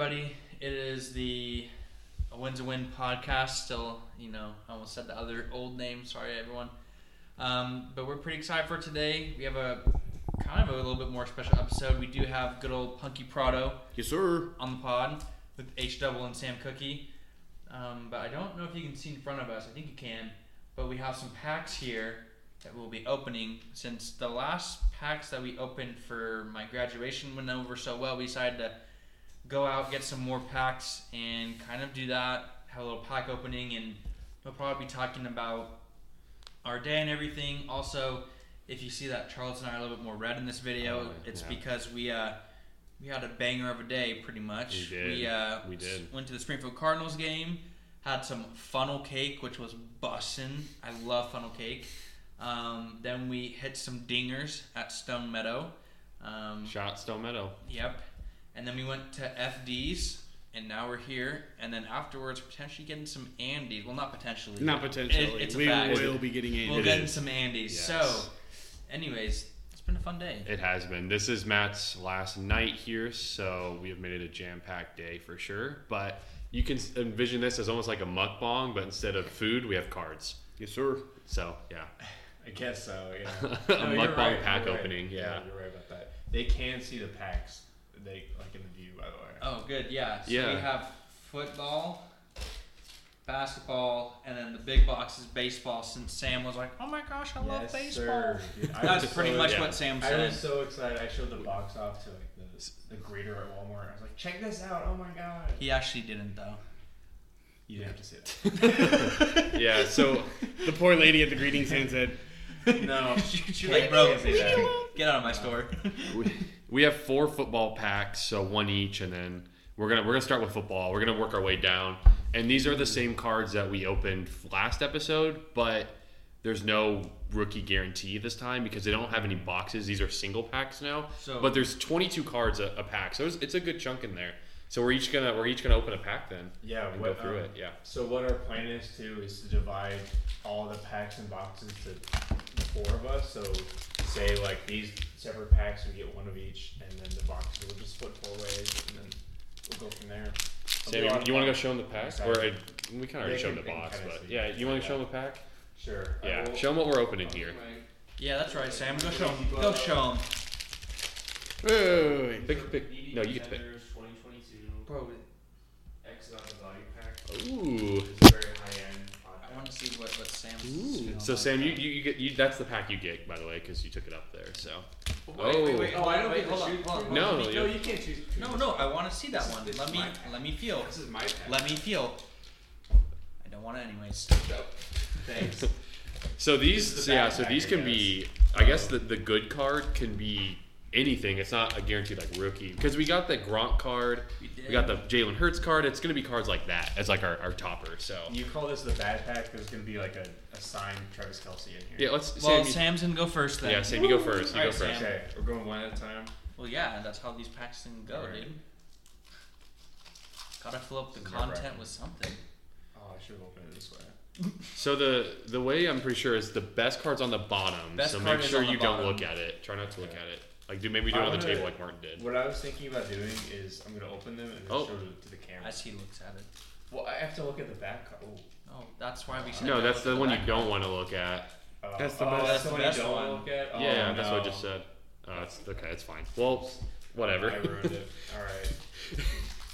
everybody. It is the A Win to Win podcast. Still, you know, I almost said the other old name. Sorry, everyone. Um, but we're pretty excited for today. We have a kind of a little bit more special episode. We do have good old Punky Prado Yes, sir. on the pod with H Double and Sam Cookie. Um, but I don't know if you can see in front of us. I think you can. But we have some packs here that we'll be opening. Since the last packs that we opened for my graduation went over so well, we decided to go out, get some more packs, and kind of do that. Have a little pack opening, and we'll probably be talking about our day and everything. Also, if you see that Charles and I are a little bit more red in this video, Oh, it's yeah. because we uh, we had a banger of a day, pretty much. We did. uh, We did. s- went to the Springfield Cardinals game, had some funnel cake, which was bussin'. I love funnel cake. Um, then we hit some dingers at Stone Meadow. Um, Shot Stone Meadow. Yep. And then we went to FD's, and now we're here. And then afterwards, potentially getting some Andes. Well, not potentially. Not potentially. It- it's a we fact. will be getting in. We'll It get is. some Andes. Yes. So, anyways, it's been a fun day. It has been. This is Matt's last night here, so we have made it a jam-packed day for sure. But you can s- envision this as almost like a mukbang, but instead of food, we have cards. Yes, sir. So yeah, I guess so. Yeah. A you're mukbang right, pack you're right. opening, yeah. you're right about that. They can see the packs. They like in the view, by the way. Oh, good. Yeah. So we Yeah. have football, basketball, and then the big box is baseball. Since Sam was like, "Oh my gosh, I love baseball." Dude, I That's was pretty so- much yeah. what Sam I said. was so excited. I showed the box off to like the, the greeter at Walmart. I was like, "Check this out! Oh my god!" He actually didn't though. You didn't have to say that. yeah. So The poor lady at the greeting stand said, no. She's Hey, like, "Bro, can't say that. get out of my store." we, we have four football packs, so one each, and then we're gonna we're gonna start with football. We're gonna work our way down, and these are the same cards that we opened f- last episode, but there's no rookie guarantee this time because they don't have any boxes. These are single packs now, So- but there's 22 cards a, a pack, so it's, it's a good chunk in there. So we're each gonna we're each gonna open a pack then Yeah. and What, go through um, it. Yeah, So what our plan is to is to divide all the packs and boxes to the four of us. So say like these separate packs, we get one of each, and then the boxes will just split four ways, and then we'll go from there. Sam, It'll be a you, lot of want to fun. go show them the pack, Excited. or uh, we kind of already They showed can- the they can box, kinda but see. yeah, you want to Yeah. show them the pack? Sure. I Yeah, will- show them what we're opening here. Yeah, that's right, Sam. Go show him. Go show him. wait, wait, wait, wait. Pick, pick. No, you get to pick. Twenty twenty two Oh, Bro, X out the value pack. Ooh. It's a very high end I product. want to see what, what Sam's. feeling So like. Sam, you, you, you get you, that's the pack you get by the way because you took it up there. So Wait, wait, wait. Oh. Oh, I don't wait, hold on, hold on. hold No, on. you- No, you can't choose. between No, this. no, I want to see that one. this Let is me, my pack. let me feel. This is my pack. Let me feel. I don't want to anyways. Thanks. so This these is so the yeah backpack, so these I can guess. be I guess the the good card can be anything. It's not a guaranteed like rookie because we got the Gronk card, We did. we got the Jalen Hurts card. It's gonna be cards like that as like our, our topper. So You call this the bad pack? There's gonna be like a, a signed Travis Kelsey in here. yeah, let's Well, Sam, you- Sam's gonna go first then. yeah Sam, you go first. You All go right, first. Sam. Okay, we're going one at a time. Well, yeah, that's how these packs can go, Alright. dude. Gotta fill up the Never content mind. with something. Oh, I should have opened it this way. So the the way I'm pretty sure is the best cards on the bottom. Best so card make is sure on the you bottom. don't look at it. Try not to look Okay. at it. Like do maybe do it I on the wanna- table like Martin did. What I was thinking about doing is I'm gonna open them and then Oh. show it to the camera. As he looks at it. Well, I have to look at the back. co- Oh. Oh, that's why we. said No, don't that's look at the one you back. don't want to look at. Oh, That's the oh, best- That's that's the one you best don't wanna one. look at. Oh, yeah, that's what I no. just said. Oh, it's okay. It's fine. Well, whatever. I ruined it. All right.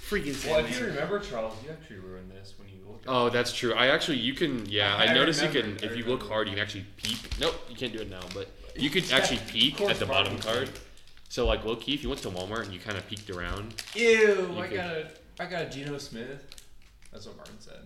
Freaking Well, if you Sam. remember, Charles, you actually ruined this when you looked. At oh, that's true. I actually, you can. Yeah, I, I noticed you can. remembered, I If you look remembered. hard, you can actually peek. Nope, you can't do it now. But you could actually peek course at the Martin bottom can card. So like low key, if you went to Walmart and you kind of peeked around, it. Ew! You I could- got a, I got a Geno Smith. That's what Martin said.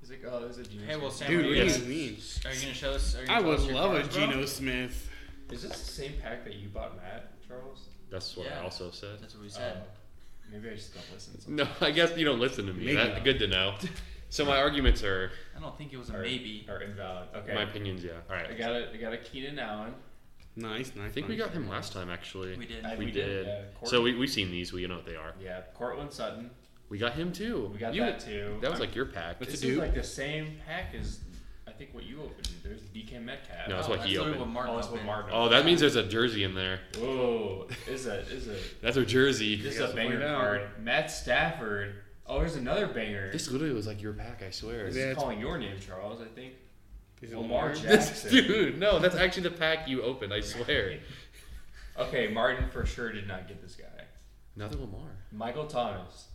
He's like, oh, there's a Geno. Hey, well, Smith. Sam, Dude, are, what you do Yes. you mean? gonna, are you gonna show us? Are you gonna I tell would us your love a cards, bro? Geno Smith. is this the same pack that you bought, Matt, Charles? that's what Yeah. I also said. That's what we said. Oh, maybe I just don't listen. Sometimes. No, I guess you don't listen to me. Maybe That, not. good to know. So my arguments are Oh. I don't think it was a Or- maybe. Or invalid. Okay. my opinions. Yeah. All I right. got a, I got a Keenan Allen. Nice, nice. I think we nice. got him last time actually. We did. I- We We did. did, yeah. so we, we've seen these. We know what they are. Yeah, Cortland Sutton. We got him too. We got You- that too. That was I'm- like your pack. That's this a dude. is like the same pack as I pick what you opened. There's DK Metcalf. No, that's what he literally opened. What Mark oh, that's what opened. Mark. Oh, that means there's a jersey in there. Whoa, is that is a That's a jersey. this guess is we'll a banger find out. card? Matt Stafford. Oh, there's another banger. This literally was like your pack, I swear. This Yeah, is it's- calling your name, Charles. I think. Is it Lamar Lamar? This, Jackson. dude, no, that's actually the pack you opened, I swear. Okay, Martin for sure did not get this guy. Another Lamar. Michael Thomas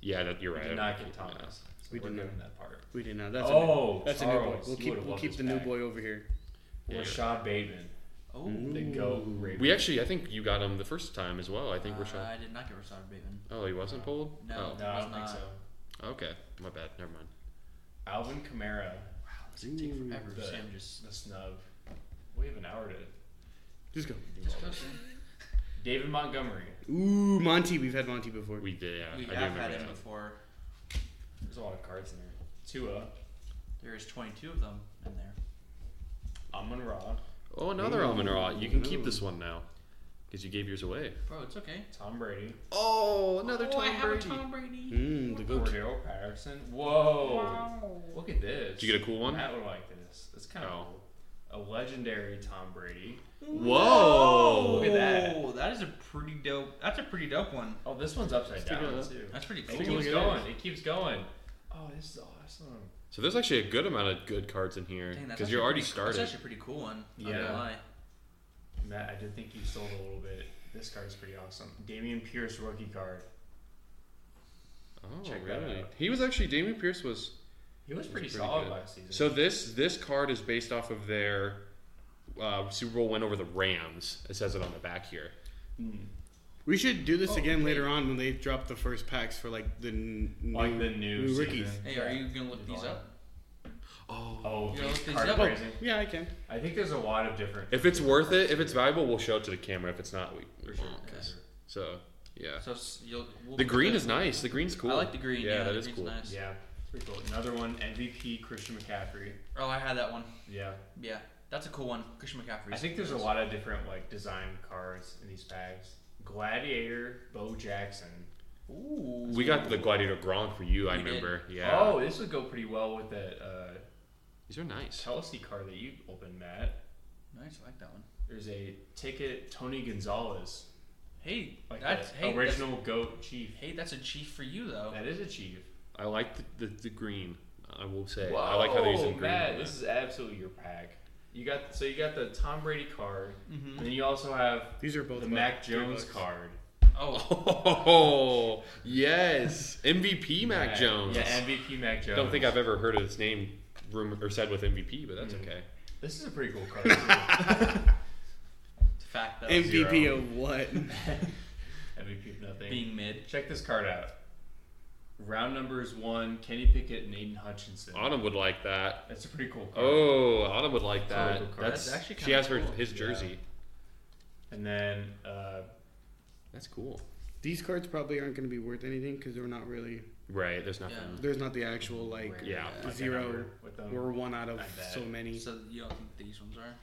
Yeah, that, you're We right. did not get Thomas. So We we're did giving not. that part. We did not. That's Oh, a, that's a new boy. Charles, We'll you keep would've we'll loved keep this the new pack. boy over here. Yeah, you're Rashad Bateman. Oh, Mm-hmm. The goat. Raven. We actually, I think you got him the first time as well. I think we're uh, Rashad. I did not get Rashad Bateman. Oh, he wasn't pulled. No. No, I don't was think so. Oh, okay. My bad. Never mind. Alvin Kamara. Wow, this could take Ooh. forever. The- Sam just. The snub. We have an hour to Just go. do just all go, this. Sam. David Montgomery. Ooh, Monty. We've had Monty before. We did. Yeah, We I do have remember had him that. before. There's a lot of cards in there. Tua. There's 22 of them in there. Amon Ra. Oh, another Ooh. almond raw. You can keep Ooh. this one now, because you gave yours away. Bro, it's okay. Tom Brady. Oh, oh, I have a Tom Brady. Mm, the goat. Cordell Patterson. Whoa. Look at this. Did you get a cool one? Matt would like this. It's kind of Oh. cool. A legendary Tom Brady. Whoa. Look at that. Whoa, that is a pretty dope. That's a pretty dope one. Oh, this one's upside Let's take a down look. too. That's pretty It cool. take a look keeps at going. It keeps going. Oh, this is awesome. So there's actually a good amount of good cards in here Dang, that's because you're actually already pretty- started. That's actually a pretty cool one. Yeah. Yeah. lie. Matt, I did think you sold a little bit. This card is pretty awesome. Damian Pierce rookie card. oh, Check that really? out. He was actually Damian Pierce was. He was That's pretty, pretty solid good. last season. So this this card is based off of their uh, Super Bowl win over the Rams. It says it on the back here. Mm. We should do this Oh, again okay. later on when they drop the first packs for like the n- new, like the new, new season. rookies. Hey, are you gonna look Move these on. up? Oh. Oh, You know, these card up- appraising. Yeah, I can. I think there's a lot of different. If it's worth it, if it's valuable, we'll show it to the camera. If it's not, we, we For sure. won't. Okay. So yeah, So s- you'll. We'll the put green this- is nice. The green's cool. I like the green. Yeah, Yeah, that the is green's cool. Nice. Yeah, it's pretty cool. Another one, MVP Christian McCaffrey. Oh, I had that one. Yeah, Yeah, that's a cool one. Christian McCaffrey. I think there's a lot of different like design cards in these packs. Gladiator, Bo Jackson. Ooh. We got the Gladiator Gronk for you. I We did. remember. Yeah. Oh, this would go pretty well with that uh, these are nice. Chelsea card that you opened, Matt. Nice, I like that one. There's a ticket Tony Gonzalez, Hey, like that's the hey, original goat chief. That's, hey, that's a chief for you though. That is a chief. I like the, the, the green. I will say. I like how they're using Whoa, green. Matt, on this that. is absolutely your pack. You got so you got the Tom Brady card, Mm-hmm. and then you also have These are both the about Mac three Jones bucks. card. Oh, Oh yes, MVP Mac Yeah, Jones. Yeah, MVP I Mac Jones. don't think I've ever heard of this name rumored or said with MVP, but that's Mm-hmm. Mm. okay. This is a pretty cool card. too. it's a fact though. MVP zero. of what? MVP of nothing. being mid. Check this card out. Round numbers one: Kenny Pickett and Aiden Hutchinson. Autumn would like that. That's a pretty cool card. Oh, Autumn would like that. Colorful card. That's, That's actually she kinda has her cool. his Yeah. jersey. And then uh, That's cool. These cards probably aren't going to be worth anything because they're not really. Right, there's nothing. Yeah. There's not the actual like. Right. Yeah. like a Zero. number With them. We're one out of I bet. so many. So you don't think these ones are?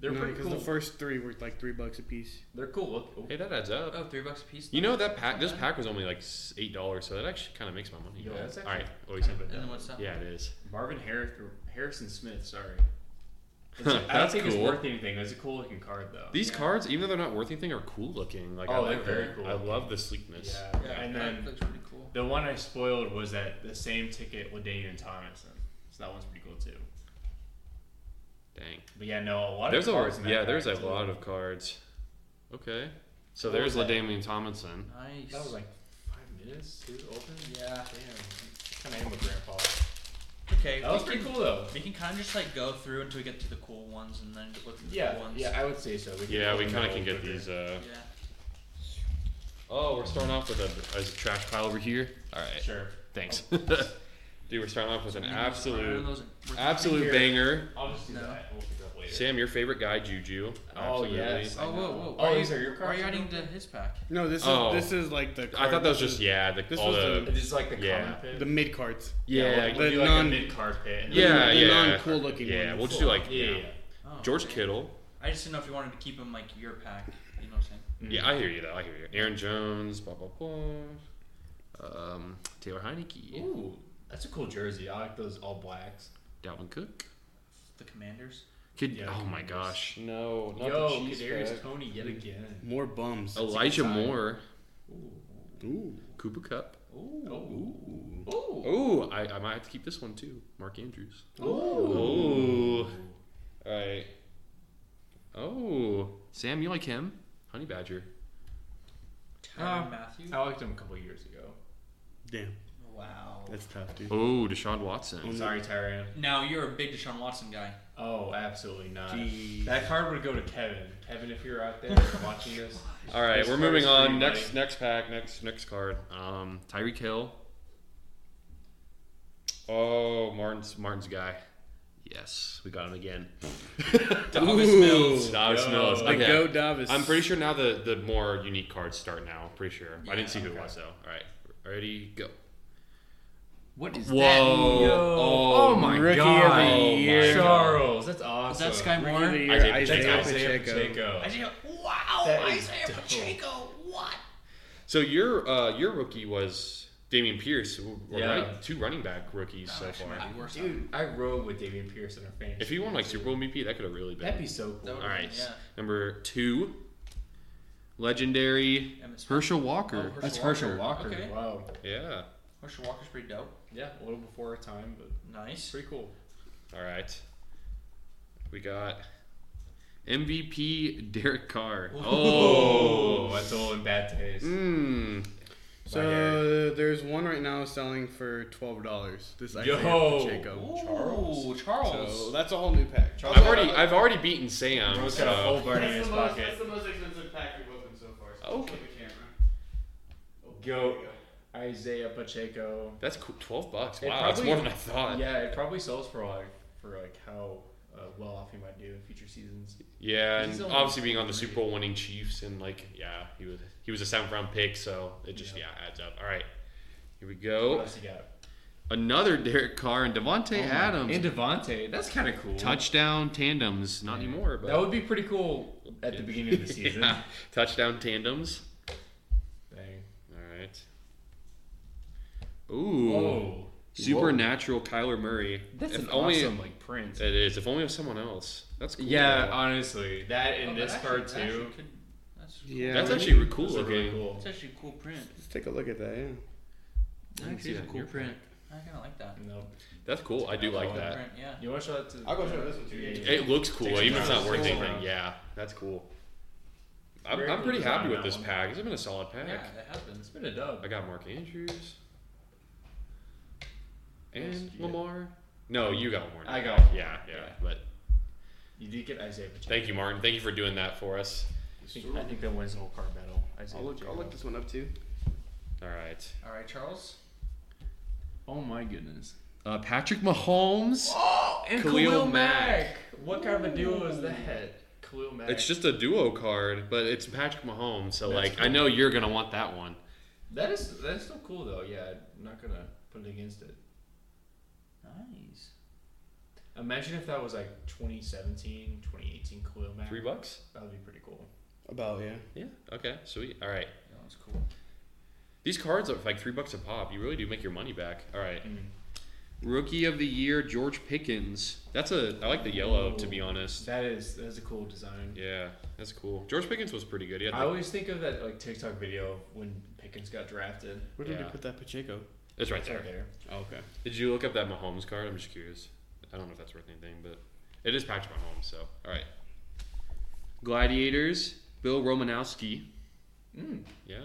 They're no, pretty because cool. the first three were like three bucks a piece. They're cool. Look, oh, Hey, that adds up. Oh, three bucks a piece. You know that though? pack. This Okay. pack was only like s- eight dollars, so that actually kind of makes my money. Yeah, that's All actually right, what do you say? kind of a And then dud. what's that? Yeah, it is. uh, Marvin Harris, Harrison Smith. Sorry. It's- I don't That's think cool. it's worth anything. It's a cool looking card though. These Yeah. cards, even though they're not worth anything, are cool looking. Like I oh, they're like very it. cool. I love the sleekness. Yeah. Yeah, And that then looks pretty cool. the one I spoiled was that the same ticket with Damian Thomason. So that one's pretty cool too. Dang. But yeah, no, a lot There's of cards. a in that yeah. There's a pack, too. lot of cards. Okay. So What there's was that? Ladamian Tomlinson. Nice. That was like five minutes to open. yeah. Damn, kind of am a grandpa. Okay. That was we pretty can- cool though. We can kind of just like go through until we get to the cool ones and then look at the Yeah, cool ones. yeah, I would say so. We Yeah, we open kind the of can old get quicker. these. Uh, Yeah. oh, we're starting off with a, a trash pile over here. All right. Sure. Thanks. Oh. Dude, we're starting off with an Maybe we'll just run absolute, those and- we're thinking absolute here. banger. I'll just do No. that. We'll pick it up later. Sam, your favorite guy, Juju. Oh Absolutely. yes. I Oh, whoa, know. whoa. Oh, why these you- are your cards. Why are you adding Jordan? to his pack? No, this Oh. is this is like the. I card- thought that was this just is yeah, the, this all was the, the- This is like the Yeah. common pit. the mid cards. yeah, we'll yeah, the do like a non- mid card pit. and then yeah, the yeah. non-cool looking Yeah, ones. we'll just do like Yeah, yeah, yeah. Oh, George okay. Kittle. I just didn't know if you wanted to keep him like your pack. You know what I'm saying? Mm. Yeah, I hear you though. I hear you. Aaron Jones. Blah blah blah. Um, Taylor Heineke. Ooh, that's a cool jersey. I like those all blacks. Dalvin Cook. the Commanders. Kid, Yeah, oh my Commanders. gosh, no, not Yo, the cheese Kadarius bag. Tony yet again. More bums. Elijah sign. Moore, Ooh. Ooh. Cooper Cup. Ooh. Oh, I, I might have to keep this one too. Mark Andrews. Ooh. Ooh. All right. Oh, Sam, you like him? Honey Badger. Tyron Matthew. I liked him a couple years ago. Damn, Wow. that's tough, dude. Oh, Deshaun Watson. Mm. Sorry, Tyran. Now you're a big Deshaun Watson guy. Oh, absolutely not. Jeez. That card would go to Kevin. Kevin, if you're out there watching this, All right, This we're card moving is on. pretty Next, light. next pack, next, next card. Um, Tyreek Hill. Oh, Martin's Martin's guy. Yes, we got him again. Davis Ooh. Mills. Davis Yo. Mills. The Okay. Go Davis. Oh, I'm pretty sure now the, the more unique cards start now. I'm pretty sure. I Yeah, didn't see who okay. it was though. All right, ready, go. What is Whoa! that? Oh, my Rookie god! of the Oh my year. God. Charles, that's awesome. Is that Sky Rookie Moore? of the year, I did- Isaiah That's Isaiah Pacheco. Isaiah, wow, That is Isaiah dope. Pacheco, what? So your uh, your rookie was Damian Pierce. who were Yeah. running- two running back rookies so Actually, far. might be worse off. Dude, I rode with Damian Pierce in our fantasy. If he won like Super Bowl MVP, that could have really that'd been. be so That cool. would- All right, Yeah. number two, legendary Emmett Smith. Herschel Walker. Oh, That's Herschel Walker. Okay. Wow. Yeah. Herschel Walker's pretty dope. Yeah, a little before our time, but it's Nice. pretty cool. All right. We got MVP Derek Carr. Oh. that's all in bad taste. Mmm. So there's one right now selling for twelve dollars. This Isaiah Yo. Pacheco. Ooh, Charles. So that's a whole new pack. Charles I've already I've already beaten Sam. Bro's got a So. full burn in that's, his the most, that's pocket. the most expensive pack we've opened so far. So Okay. flip the camera. Oh, Go. there you Isaiah Pacheco. That's cool. Twelve bucks. It Wow, that's probably- more than I thought. Yeah, Yeah, it probably sells for like for like how uh, well off he might do in future seasons. He's and only- obviously being on the Super Bowl winning Chiefs and like yeah, he was he was a seventh round pick, so it just yeah, Yeah. adds up. All right. Here we What go. else you got? Another Derek Carr and Oh Devontae Adams. and Devontae. That's kind of cool. Touchdown tandems, not anymore, but That would be pretty cool at the beginning of the season. Yeah. Touchdown tandems. Dang. All right. Ooh. Whoa. Supernatural Kyler Murray. That's If an only- awesome like print. It is. If only it was someone else. That's cool. Yeah, honestly, that Oh, and that this actually- card that actually too. could- that's cool. Yeah. That's let me- actually cool Those are looking. really cool. That's actually a cool print. Let's take a look at I that. Yeah. didn't see Actually, it's that a in cool your print. I kind of like that. No, That's cool. I do like cool that. Print, yeah. you want to show that to? I'll go show this one too. Yeah, yeah. It looks cool, Takes some even if it's not time. worth Takes some anything. time. Yeah, that's cool. I'm, Very I'm cool pretty design happy on with that this one. pack. It's been a solid pack. Yeah, that has been. It's been a dub. I got Mark Andrews and Yes, you Lamar. No, you got Lamar. I now. got Yeah, yeah, Yeah. But You did get Isaiah Pacheco. thank you, Martin. Thank you for doing that for us. I think, I think that wins the whole card battle. Isaiah I'll look. I'll Pacheco. look this one up too. All right. All right, Charles. Oh my goodness. Uh, Patrick Mahomes. Oh, and Khalil Khalil Mack. What kind of a duo is that? Khalil Mack. It's just a duo card, but it's Patrick Mahomes. So That's like, I know you're gonna want that one. that is that's still cool though. Yeah, I'm not gonna put it against it. Nice. Imagine if that was like 2017, 2018 Khalil Mack. Three bucks. That would be pretty cool. About yeah. Yeah. Okay. Sweet. All right. That one's cool. These cards are like three bucks a pop. You really do make your money back. All right. Mm. Rookie of the year, George Pickens. That's a. I like the yellow, to be Ooh. honest. That is that is a cool design. Yeah, that's cool. George Pickens was pretty good. He had I the- always think of that like TikTok video when Pickens got drafted. Where did Yeah. they put that Pacheco? it's right It's there. there. Oh, okay. Did you look up that Mahomes card? I'm just curious. I don't know if that's worth anything, but it is Patrick Mahomes. So all right. Gladiators, Bill Romanowski. Mm. Yeah,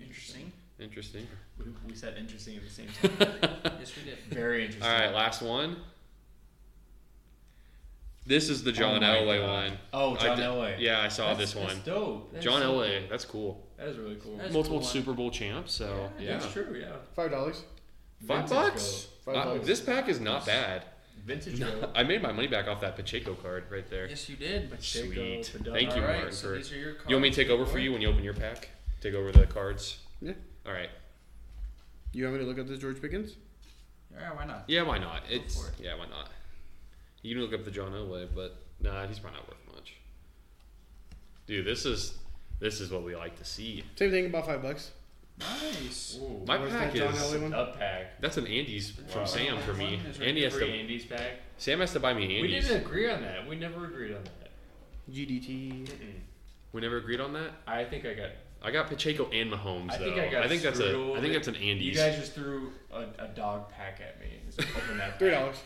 Interesting. interesting. We, we said interesting at the same time. yes, we did. Very interesting. All right, last one. This is the John my Elway God. one. Oh, I John did- Elway. Yeah, I saw That's- this one. That's dope. That is John so Elway. cool. That's cool. That is really cool. That's a Multiple cool one. Super Bowl champs. So Yeah, yeah, That's true. Yeah. Five dollars. five Vintage bucks. gold. Five Uh, dollars. this pack is not bad. Vintage gold. I made my money back off that Pacheco card right there. Yes, you did. Pacheco, Sweet. Fidel- Thank you, All right, Martin, so for- these are your cards. You want me to take over for you when you open your pack? Take over the cards. Yeah. All right. You want me to look up this George Pickens? Yeah, why not? Yeah, why not? Go It's for it. yeah, why not? You can look up the John Elway, but nah, he's probably not worth much. Dude, this is this is what we like to see. Same thing, about five bucks. Nice. Ooh, My Where's pack that John is- Elway one? a pack. That's an Andy's from Wow. Sam for me. One is right Andy has Free to. Andy's pack. Sam has to buy me We Andy's. didn't agree on that. We never agreed on that. GDT. We never agreed on that. I think I got. I got Pacheco and Mahomes I though. think I got that's a. I Strudel. think that's an You Andy's. guys just threw a, a dog pack at me. Just open that Three pack. dollars.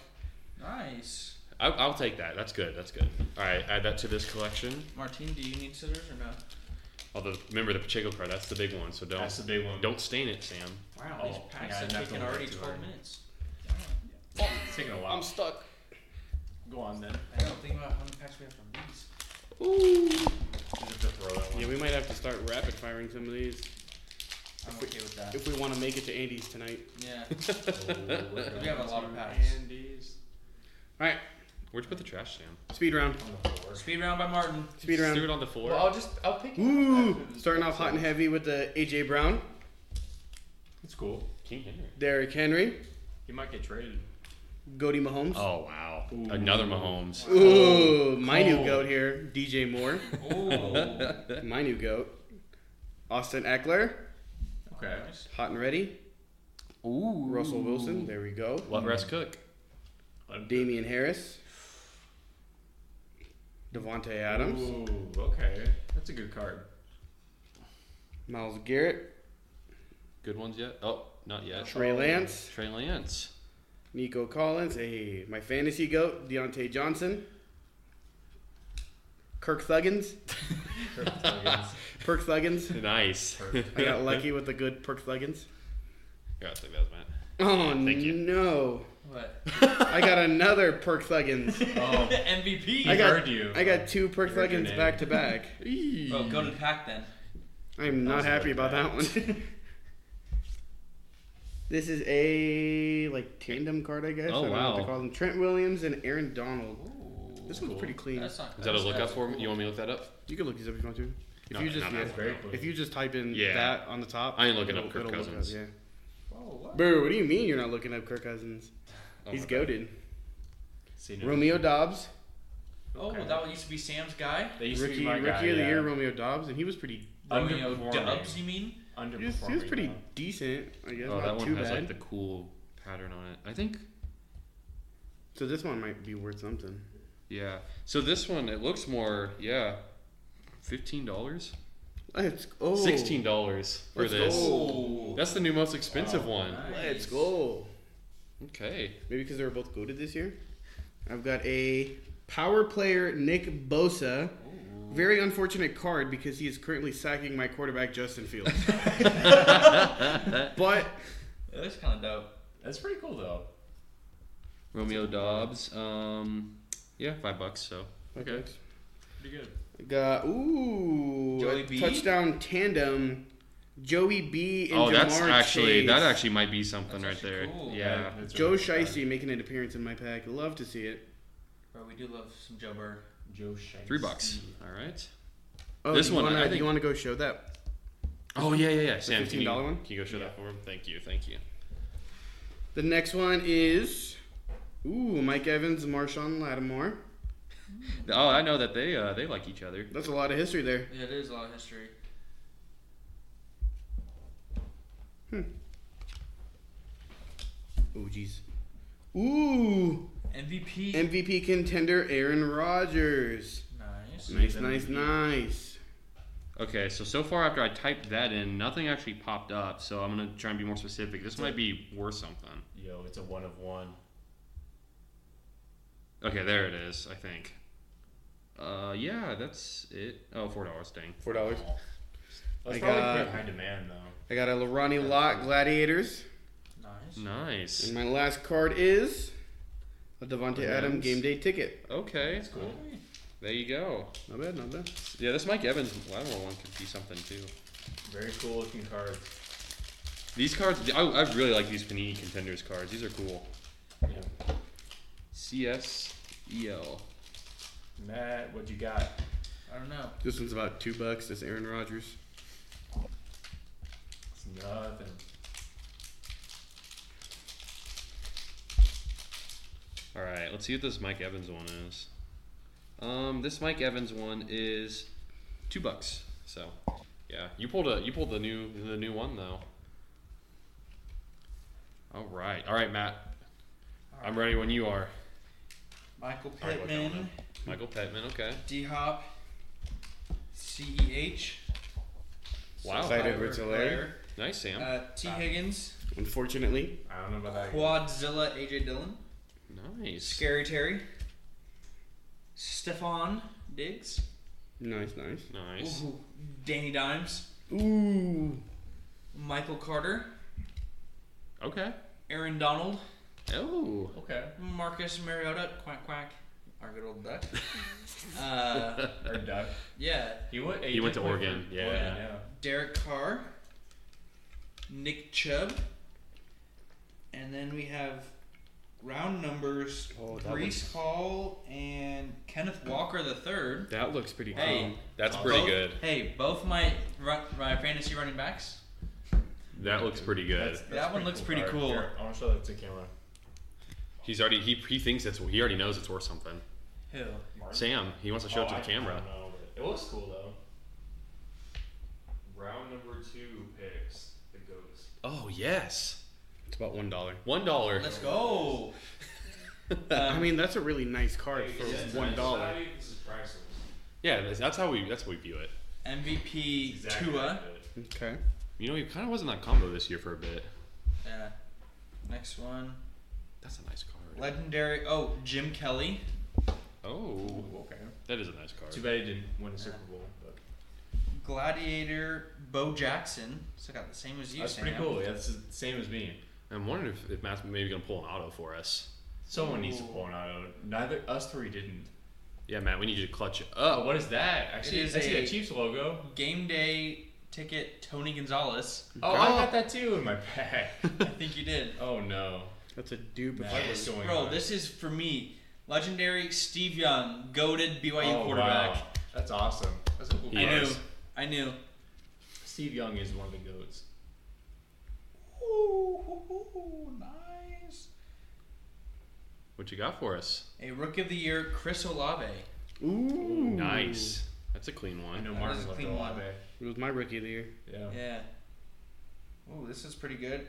Nice. I, I'll take that. That's good. That's good. All right, add that to this collection. Martine, do you need scissors or no? Although remember the Pacheco card, that's the big one. So don't That's the big one. don't stain it, Sam. Wow, Oh, these packs yeah, have that's taken only already two 12 hours. minutes. It's taking a while. I'm stuck. Go on then. I don't think about how many packs we have from these. Ooh. You have to throw that one. Yeah, we might have to start rapid firing some of these I'm okay with that. if we want to make it to Andy's tonight. Yeah. Oh, we're We have a going lot of to packs. Andy's All right, Where'd you put the trash, Sam? speed round. on the floor. Speed round by Martin. Speed Just Threw round. it on the floor. Well, I'll just I'll pick. you Ooh, after this starting off hot and episode. heavy with the AJ Brown, It's cool. King Henry. Derrick Henry, You might get traded. Goody Mahomes. Oh wow! Ooh. Another Mahomes. Ooh, my new Cold. goat here, DJ Moore. Ooh. my new goat, Austin Eckler, Okay. Nice. hot and ready. Ooh. Russell Wilson, there we go. Let Russ cook. Damian Harris, Devontae Adams, Ooh, okay. That's a good card. Miles Garrett, Good ones yet? Oh, not yet. Trey Lance, Trey Lance. Nico Collins, hey, my fantasy goat, Deontay Johnson, Kirk Thuggins, Perk Thuggins. Nice. I got lucky with the good Perk Thuggins. Here, I'll take those, man. Oh Thank you. no! What? I got another Perk Thuggins. Oh, MVP. I got- heard you. I got two Perk You heard your Thuggins name. back to back. Oh, Well, go to the Oh, pack then. I'm not was a happy good about that one. this is a like tandem card, I guess. Oh, I don't know what wow. to call them. Trent Williams and Aaron Donald. Ooh. This one's cool. pretty clean. That's not Is that a that's- lookup that's for me? cool. You want me to look that up? You can look these up if you want to. If No, you no, just no, yeah, no, very no. cool. if you just type in Yeah. that on the top, I ain't looking it'll- up Kirk it'll look Cousins. yeah. Oh, what? Boo! What do you mean you're not looking up Kirk Cousins? Oh, He's my bad. goaded. Seen it. Romeo Dobbs, Oh, Okay. that one used to be Sam's guy. They used to be rookie, my rookie guy, of the yeah. year, Romeo Dobbs, and he was pretty. Romeo Underperforming. Dubs, you mean? Underperforming. He was, he was pretty though. decent, I guess. Oh, that not too one has bad. like the cool pattern on it. I think. So this one might be worth something. Yeah. So this one, it looks more. Yeah. Fifteen dollars. Let's go. Sixteen dollars for Let's this. go. Oh. That's the new most expensive Wow. one. Let's Nice. go. Okay. Maybe because they were both goaded this year. I've got a power player, Nick Bosa. Oh. Very unfortunate card because he is currently sacking my quarterback, Justin Fields. but That's kind of dope. That's pretty cool though. Romeo Dobbs. Um. Yeah, five bucks. So. okay, Pretty good. I got ooh Joey a B? touchdown tandem, Joey B and oh, Jamar that's actually Chase. that actually might be something That's right actually there. cool. Yeah. that's Joe really good card. Shiesty making an appearance in my pack. Love to see it. Bro, we do love some Joe Burr. Joe Shiesty. Three bucks. All right. Oh, This do you one, wanna, I do think- you want to go show that? Oh yeah, yeah, yeah. Sam, can you, $15 one? can you go show that for him? Thank you, thank you. The next one is ooh Mike Evans, Marshawn Lattimore. Oh, I know that they uh, they like each other. That's a lot of history there. Yeah, there's a lot of history. Oh jeez. Ooh, MVP. MVP contender Aaron Rodgers. nice. Nice, nice, nice. Okay, so so far after I typed that in, nothing actually popped up. So I'm gonna try and be more specific. This might be worth something. Yo, it's a one of one. Okay, there it is. I think. Uh, yeah, that's it. Oh, four dollars. Dang. Four dollars. Oh. That's I probably got- pretty high demand though. I got a Leronnie Lott Gladiators, Nice. Nice. and my last card is a Devonte Adam Adams. game day ticket. Okay, It's cool. there you go. Not bad, not bad. Yeah, this Mike Evans lateral one could be something too. Very cool looking card. These cards, I, I really like these Panini Contenders cards. These are cool. Yeah. CSEL. Matt, what you got? I don't know. This one's about two bucks. That's Aaron Rodgers. It's nothing. All right, let's see what this Mike Evans one is. Um, this Mike Evans one is two bucks. So, Yeah, you pulled a you pulled the new the new one though. All right, all right, Matt. I'm ready when you are. Michael All right, what that one Pittman, Michael Petman. Okay. D Hop, CEH. Wow. Clyde Survivor Edwards-Helaire. player. Nice, Sam. Uh, T Higgins, Unfortunately, I don't know about that. Quadzilla, AJ Dillon, nice. Scary Terry, Stefan Diggs, nice, nice. Nice. Ooh, Danny Dimes, Ooh, Michael Carter, Okay. Aaron Donald, Oh. okay, Marcus Mariota, quack quack, our good old duck. uh, Or Duck. yeah, He went. He went to did play Oregon, for yeah. Oregon, yeah. Derek Carr, Nick Chubb, and then we have round numbers Oh, that Brees Hall and Kenneth Walker the third. that looks pretty cool. Hey, That's pretty both- good. Hey, both my ru- my fantasy running backs. That looks pretty good. That's- That that's one looks pretty Alright, cool. here, I want to show that to the camera. He's already he, he thinks it's he already knows it's worth something. Who? Sam, he wants to show it to Oh, the I- I camera. don't know, but it looks cool though. Round number two picks. The goats. Oh yes, It's about one dollar. one dollar. Let's go. Um, I mean, that's a really nice card Hey, for this is one dollar. value, This is priceless. Yeah, that's, that's how we that's how we view it. MVP Exactly Tua. like it. Okay. You know, he kind of wasn't that combo this year for a bit. Yeah. Next one. That's a nice card. Legendary. Oh, Jim Kelly. Oh, Ooh, okay. that is a nice card. Too bad he didn't win the Super Bowl. But Gladiator. Bo Jackson. Still got the same as you. that's Sam. pretty cool. Yeah, that's the same as me. I'm wondering if, if Matt's maybe gonna pull an auto for us. Someone needs to Ooh. pull an auto. Neither us three didn't. Yeah, Matt, we need you to clutch it Oh, up. what is that? I see. is I see a- that Chiefs logo. Game day ticket. Tony Gonzalez. Oh, I got that too in my pack. I think you did. oh no. That's a dupe. Nah. What What was going Bro, on? this is for me. Legendary Steve Young, goaded BYU oh, quarterback. Wow. That's awesome. That's a cool He I card. is. knew. I knew. Steve Young is one of the goats. Ooh, nice. What you got for us? A rookie of the year, Chris Olave. Ooh, Nice. That's a clean I one. know That Martin is a loved clean Olave. one. It was my rookie of the year. Yeah. Yeah. Oh, this is pretty good.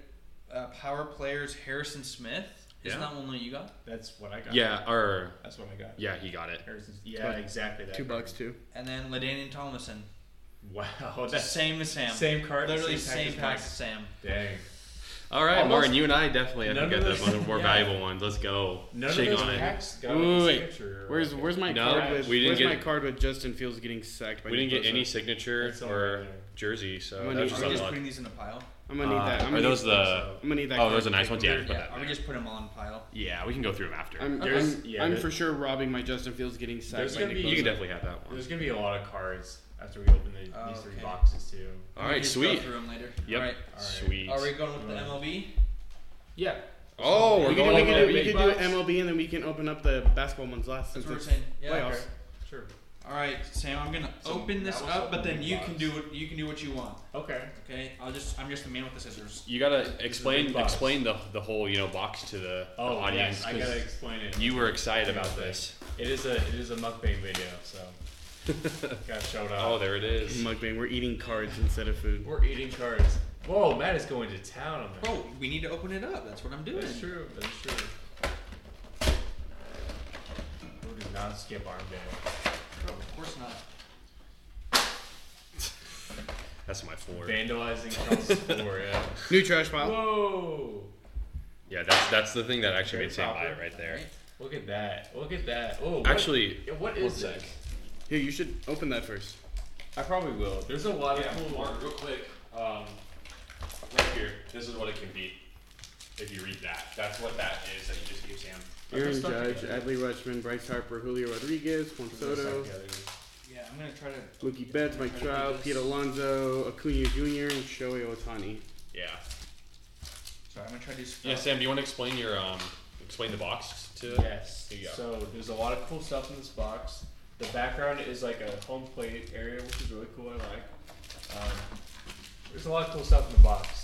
Uh, power players, Harrison Smith. Isn't Yeah. that one that you got? That's what I got. Yeah, or That's what I got. yeah, he got it. Harrison's- Yeah, But exactly that. Two card. bucks too. And then Ladanian Tomlinson. Wow. It's the That's same as Sam. same card. Literally same, same pack as Sam. Dang. All right, Almost- Martin, you and I definitely I None think got of the those- one of the more yeah. valuable ones. Let's go. None Shake of those on it. packs got Wait, a wait, signature. Where's Where's my No, card with we didn't Where's get- my card with Justin Fields getting sacked by? We didn't get Nick any Bosa? signature That's all or right there. jersey, so I'm gonna that Are was we need- just I'm just unlucky. putting these in a pile? I'm gonna need Uh, that. I'm are gonna those need, the- I'm gonna need that. Oh, card those are to nice pick ones. me Yeah, up. put Yeah. that Are we back. just putting them all in a pile? Yeah, we can go through them after. I'm, There's- I'm, yeah, I'm there- for sure robbing my Justin Fields getting sacked There's by gonna Nick be- you can Bosa. definitely have that one. There's gonna be a lot of cards after we open the, Oh, these three okay. boxes too. All We right, can just sweet. Go through them later. Yep. All right. All right. Sweet. Are we going with the MLB? Yeah. Oh, we're going We can, we with can, do, the we big can do bucks. MLB and then we can open up the basketball ones last That's since what we're it's saying. Yeah. playoffs. Sure. All right, Sam. I'm gonna So open this that was up, but open then big you box. can do what you can do what you want. Okay. Okay. I'll just I'm just the man with the scissors. You gotta big explain box. explain the the whole you know box to the, the Oh, audience. yes. I 'cause gotta explain it. you were excited about this. It is a it is a mukbang video, so gotta show it off. Oh, there it is. Mukbang, we're eating cards instead of food. We're eating cards. Whoa, Matt is going to town on that. Bro, we need to open it up. That's what I'm doing. That's true. That's true. Who does not skip arm day? Bro, of course not. That's my floor. Vandalizing across the floor, yeah. New trash pile. Whoa! Yeah, that's that's the thing that actually Very made Sam buy proper. it right there. Alright. Look at that. Look at that. Oh, what- Actually, yeah, what one is sec. this? Here, you should open that first. I probably will. There's a lot Yeah, of cool Mark, real quick. Um, right here. This is what it can be. If you read that, that's what that is that you just gave Sam. Aaron stuck Judge, together. Adley Rutschman, Bryce Harper, Julio Rodriguez, Juan Soto, Yeah, I'm gonna try to. Mookie Betts, Mike Try to do Trout, this. Pete Alonso, Acuna Jr., and Shohei Otani. Yeah. Um, Sorry, I'm gonna try to do. Stuff. Yeah, Sam. Do you want to explain your um, explain the box to? Yes. Here you go. So there's a lot of cool stuff in this box. The background is like a home plate area, which is really cool. I like. Um, there's a lot of cool stuff in the box.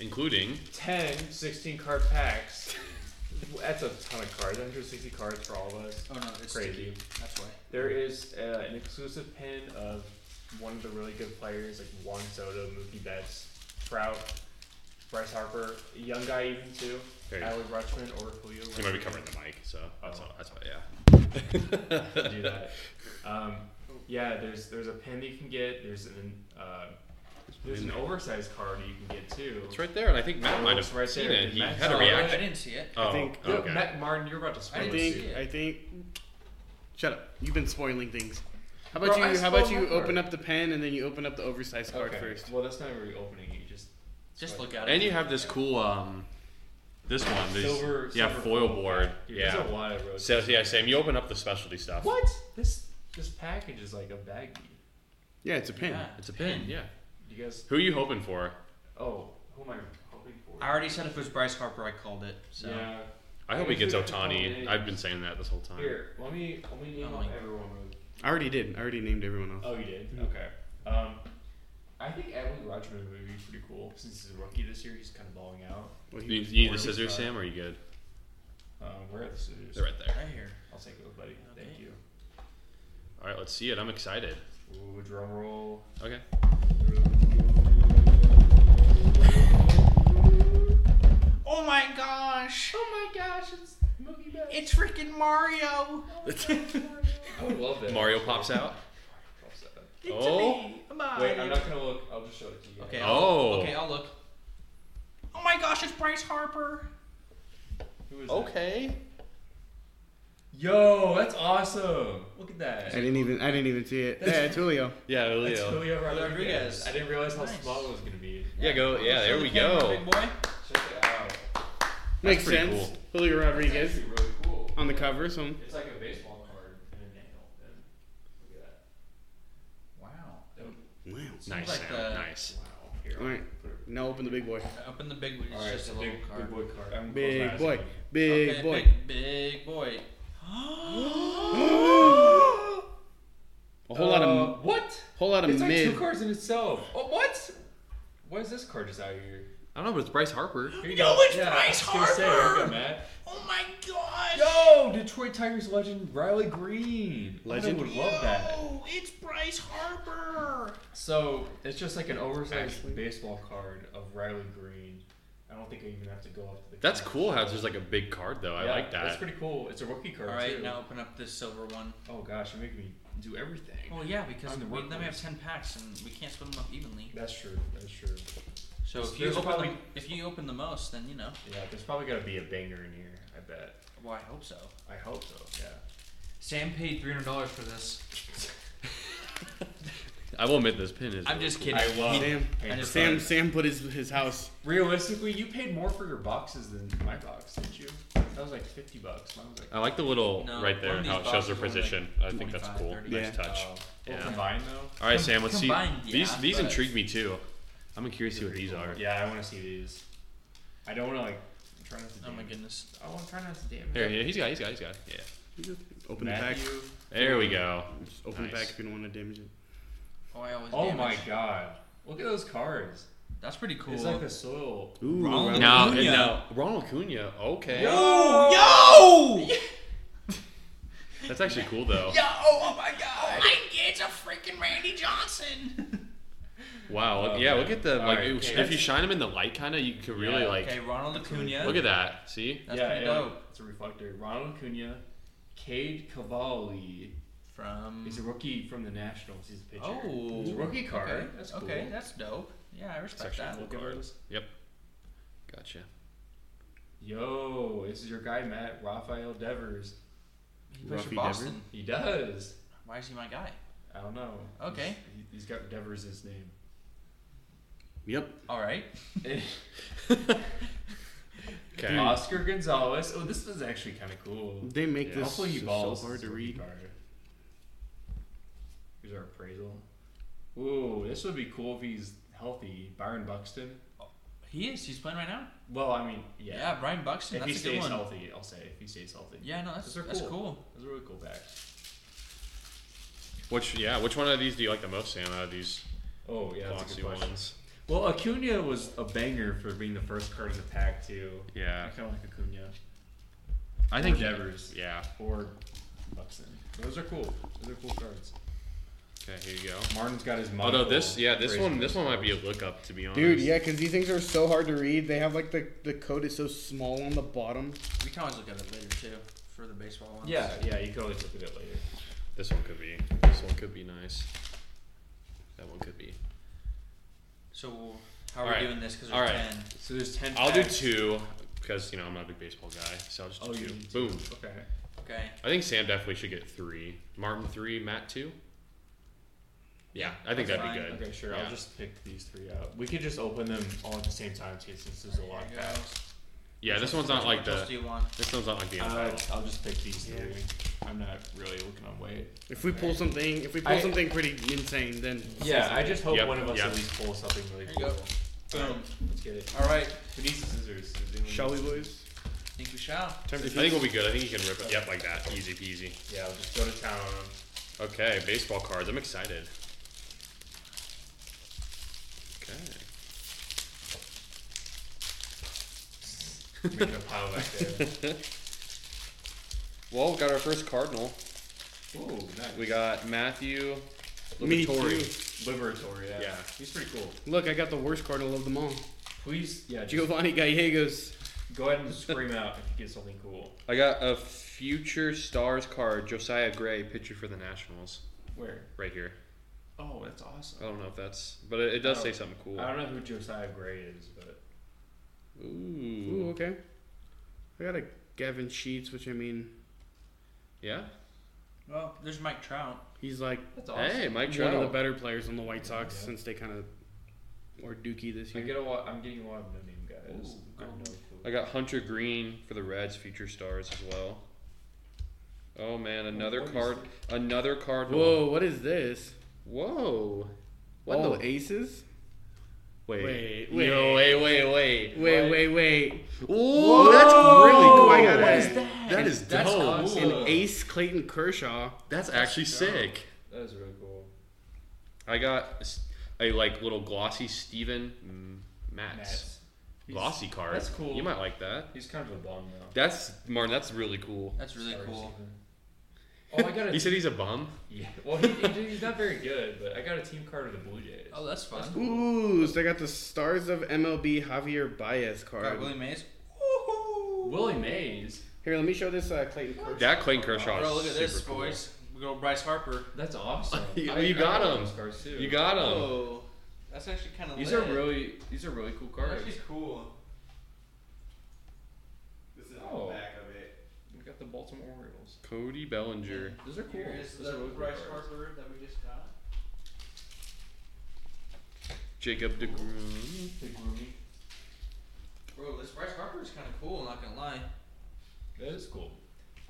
Including. 10 16 card packs. That's a ton of cards. 160 cards for all of us. Oh no, it's Crazy. sticky. That's why. There is uh, an exclusive pin of one of the really good players, like Juan Soto, Mookie Betts, Trout, Bryce Harper, a young guy even too, There you go. Alec Rutschman or Julio. You might be Rodriguez. covering the mic, so that's Oh. all. That's all. Yeah. do that. Um, yeah, there's there's a pin that you can get. There's an uh, there's an oversized card you can get too. It's right there, and I think Matt Oh, might it's have right seen there. it. Did He Matt had a see it? I reaction. didn't see it. Oh, think- Yeah, okay. Matt Martin, you're about to spoil I I didn't this. think. see it. I think. Shut up. You've been spoiling things. How Bro, about I you? How about spoiled you my card. open up the pen and then you open up the oversized card first? Well, that's not reopening. You just Just Right. look at it. And you have this cool, um, this one, these, silver. yeah, silver foil board, Dude, yeah. There's a lot of roads. So yeah, Sam, you open up the specialty stuff. What? This this package is like a baggie. Yeah, it's a pen. Yeah. It's a pin, yeah. You guys. Who are you hoping for? Oh, who am I hoping for? I already said if it was Bryce Harper, I called it. So Yeah. I hope he Who's gets your- Otani. I've been saying that this whole time. Here, let me let me name Oh, off my- everyone. real I already did. I already named everyone off. Oh, you did? Mhm. Okay. Um, I think Evan Rodgman would be pretty cool since he's a rookie this year. He's kind of balling out. Well, You, he- you need the Forty scissors, five. Sam, or are you good? Um, where are the scissors? They're right there. right here. I'll take those, buddy. Thank Okay. you. All right, let's see it. I'm excited. Ooh, drum roll. Okay. Oh my gosh! Oh my gosh, it's Mookie Betts. It's freaking Mario! I would love that. Mario pops out. Pops out. It's Oh. me, Mario. Wait, I'm not gonna look. I'll just show it to you. Okay. I'll, Oh. Okay, I'll look. Oh my gosh! It's Bryce Harper. Who is that? Okay. Yo, that's awesome. Look at that. I didn't even. I didn't even see it. Yeah, it's Julio. Yeah, That's Leo. Julio Rodriguez. Rodriguez. I didn't realize how Nice. small it was gonna be. Yeah, go. Yeah, Show there the we camera, go. Big boy. Check it out. Makes pretty sense. cool. Julio That's Rodriguez actually really cool. on the cover. So It's like a baseball card and a nail. And look at Wow. wow. Nice, Like Sam. the- Nice. that. Wow. Here. All right, now open the big boy. Up in the big. It's All right. just a big, little card. big boy card. I'm Big close my eyes. boy. Big okay, boy. Big, big boy. Oh A whole lot of Uh, what? whole lot of It's like mid. two cards in itself. Oh, what? Why is this card just out here? I don't know, but it's Bryce Harper. Here you No, go. it's yeah, Bryce I was gonna say, here you go, Harper! Matt. Oh my gosh! Yo, Detroit Tigers legend Riley Green. Legend? I would love that. Yo, It's Bryce Harper. So it's just like an oversized Actually- baseball card of Riley Green. I don't think I even have to go up to the. That's card. cool. How it's just like a big card though. I Yeah, like That's that. pretty cool. It's a rookie card All right, too. now open up this silver one. Oh gosh, you're making me do everything. Well, Oh, yeah, because On the we, work then we have list. ten packs and we can't split them up evenly. That's true. That's true. So There's- if you there's open probably- the, if you open the most, then you know. Yeah, there's probably gonna be a banger in here. I bet. Well, I hope so. I hope so. Yeah. Sam paid three hundred dollars for this. I will admit this pin is. I'm really just cool. kidding. I love- He- Sam. I just Sam. Sam put his his house. Realistically, you paid more for your boxes than my box, didn't you? That was like fifty bucks. Mine was like. I like the little No, right there one of how it these shows their boxes are like position. I think that's 25, cool. 30. Nice Yeah. touch. Oh, Yeah. Combined though. All right, Sam. Let's see. Combined, yeah, these these but- intrigue me too. I'm curious to see what these are. Yeah, I want to see these. I don't want to like. I'm trying not to. Oh my damage- goodness. I want to try not to damage. Here, yeah, he's got, he's got, he's got. Yeah. Open the Matthew. pack. There we go. Just open the Nice. pack if you don't want to damage it. Oh, I always. Oh damage. my god. Look at those cards. That's pretty cool. It's like a soil. Ooh, Ronald Now, Cunha. now, Ronald Cunha. Okay, yo, yo, that's actually cool though. Oh my god! I, it's a freaking Randy Johnson. Wow. look- Oh, yeah, man. look at the All like. right, it- okay, if that's- you shine them in the light, kind of, you could really Yeah, like. okay, Ronald Acuna. Look at that. See. That's yeah, pretty yeah, dope. it's a reflector. Ronald Cunha, Cade Cavalli. From. He's a rookie from the Nationals. He's a pitcher. Mm. Oh. It's a rookie card. Okay. That's cool. okay, that's dope. Yeah, I respect actually that. cool. Look at card. those. Gotcha. Yo, this is your guy Matt Raphael Devers. He plays Ruffy for Boston. He does. Why is he my guy? I don't know. Okay. He's- he- he's got Devers' his name. Yep. All right. Okay. Oscar Gonzalez. Oh, this is actually kind of cool. They make Yeah. this Hopefully he so balls. hard It's a to rookie read. card. Here's our appraisal. Ooh, this would be cool if he's healthy. Byron Buxton. He is. He's playing right now. Well, I mean, yeah. Brian Buxton. if he that's a good stays one. healthy, I'll say if he stays healthy. Yeah, no, that's Those are that's cool. cool. That's a really cool back. Which yeah, which one of these do you like the most, Sam? Out of these Oh yeah, that's a glossy good question. ones. Well, Acuna was a banger for being the first card in the pack too. I Yeah. kind of like Acuna I think Devers. Yeah. or Buxton. Those are cool. Those are cool cards. Okay, here you go. Martin's got his. Although mouth this, full. yeah, this Raise one, it this to one his might be a nose. lookup to be honest. Dude, yeah, because these things are so hard to read. They have like the the code is so small on the bottom. We can always look at it later too for the baseball ones. Yeah, yeah, you can always look at it later. This one could be. This one could be nice. That one could be. So we'll- how are we Alright. doing this? Because there's Alright. ten. So there's ten. I'll do packs. two because you know I'm not a big baseball guy, so I'll just do Oh, two. you did two. Boom. Okay. Okay. I think Sam definitely should get three. Martin three, Matt two. Yeah, I think That's that'd be fine. good. Okay, sure. Yeah. I'll just pick these three out. We could just open them all at the same time, too, since there's a lot of There you go. packs. Yeah, this one's not Which like ones Do the. you want? This one's not like the. Uh, NFL. I'll just pick these Yeah. three. I'm not really looking on weight. If we pull something, if we pull I- something pretty insane, then Yeah, I just hope Yep, one of us yep. at least pulls something really There you cool. go. Boom. Let's get it. All right. Who needs the scissors? Does anyone shall we, need- boys? I think we shall. I think we'll be good. I think you can rip it. Yep, like that. Easy peasy. Yeah, I'll just go to town on them. Okay, baseball cards. I'm excited. Okay. Making a pile back there. well, we got our first Cardinal. Ooh, nice. We got Matthew Me Liberatore. too. Liberatory, yeah. Yeah. He's pretty cool. Look, I got the worst cardinal of them all. Please, yeah, just Giovanni Gallegos. go ahead and scream out if you get something cool. I got a future stars card, Josiah Gray, pitcher for the Nationals, Where? right here. Oh, that's awesome. I don't know if that's, but it, it does say something cool. I don't know who Josiah Gray is, but Ooh, Ooh. okay. I got a Gavin Sheets, which I mean, Yeah. Well, there's Mike Trout. he's like that's awesome. Hey, Mike one of the Trout. better players on the White Sox Yeah. since they kind of or Dookie this I year. get a lot. I'm getting a lot of no name guys. Ooh, I have no cool. I clue. got Hunter Green for the Reds, future stars as well. Oh man, another What is card, another card. Whoa, what is this? Whoa. What All the? aces? Wait. Wait, No, wait, wait, wait. Wait, What? wait, wait. Ooh, Whoa! that's really cool. I got What it. is that? That is That's dope. awesome. Ooh. An ace Clayton Kershaw. That's actually sick. That is really cool. I got s- a like little glossy Steven mm, Matz Mets. glossy card. that's cool. You might like that. He's kind of a bum now. That's Martin. That's really cool. That's really Sorry, cool. Steven. Oh, I got You a. said he's a bum. yeah. Well, he, he- he's not very good, but I got a team card of the Blue Jays. Oh, that's fun. Ooh, so I got the Stars of MLB Javier Baez All card. right, Willie Mays. Willie Mays. Here, let me show this uh, Clayton Kershaw. That Clayton Kershaw. Bro, is look at this, super cool. boys. We go Bryce Harper. That's awesome. You- I- you I got him. Those cards too. You got um, him. Oh, that's actually kind of. These are really. These are really cool cards. actually cool. This is on the Oh. back of it. We got the Baltimore Orioles. Cody Bellinger. Those are cool. Here is Those the are really cool Bryce cards. Harper that we just got. Jacob DeGrom. Big Roomy. Bro, this Bryce Harper is kind of cool. Not gonna lie. That is cool.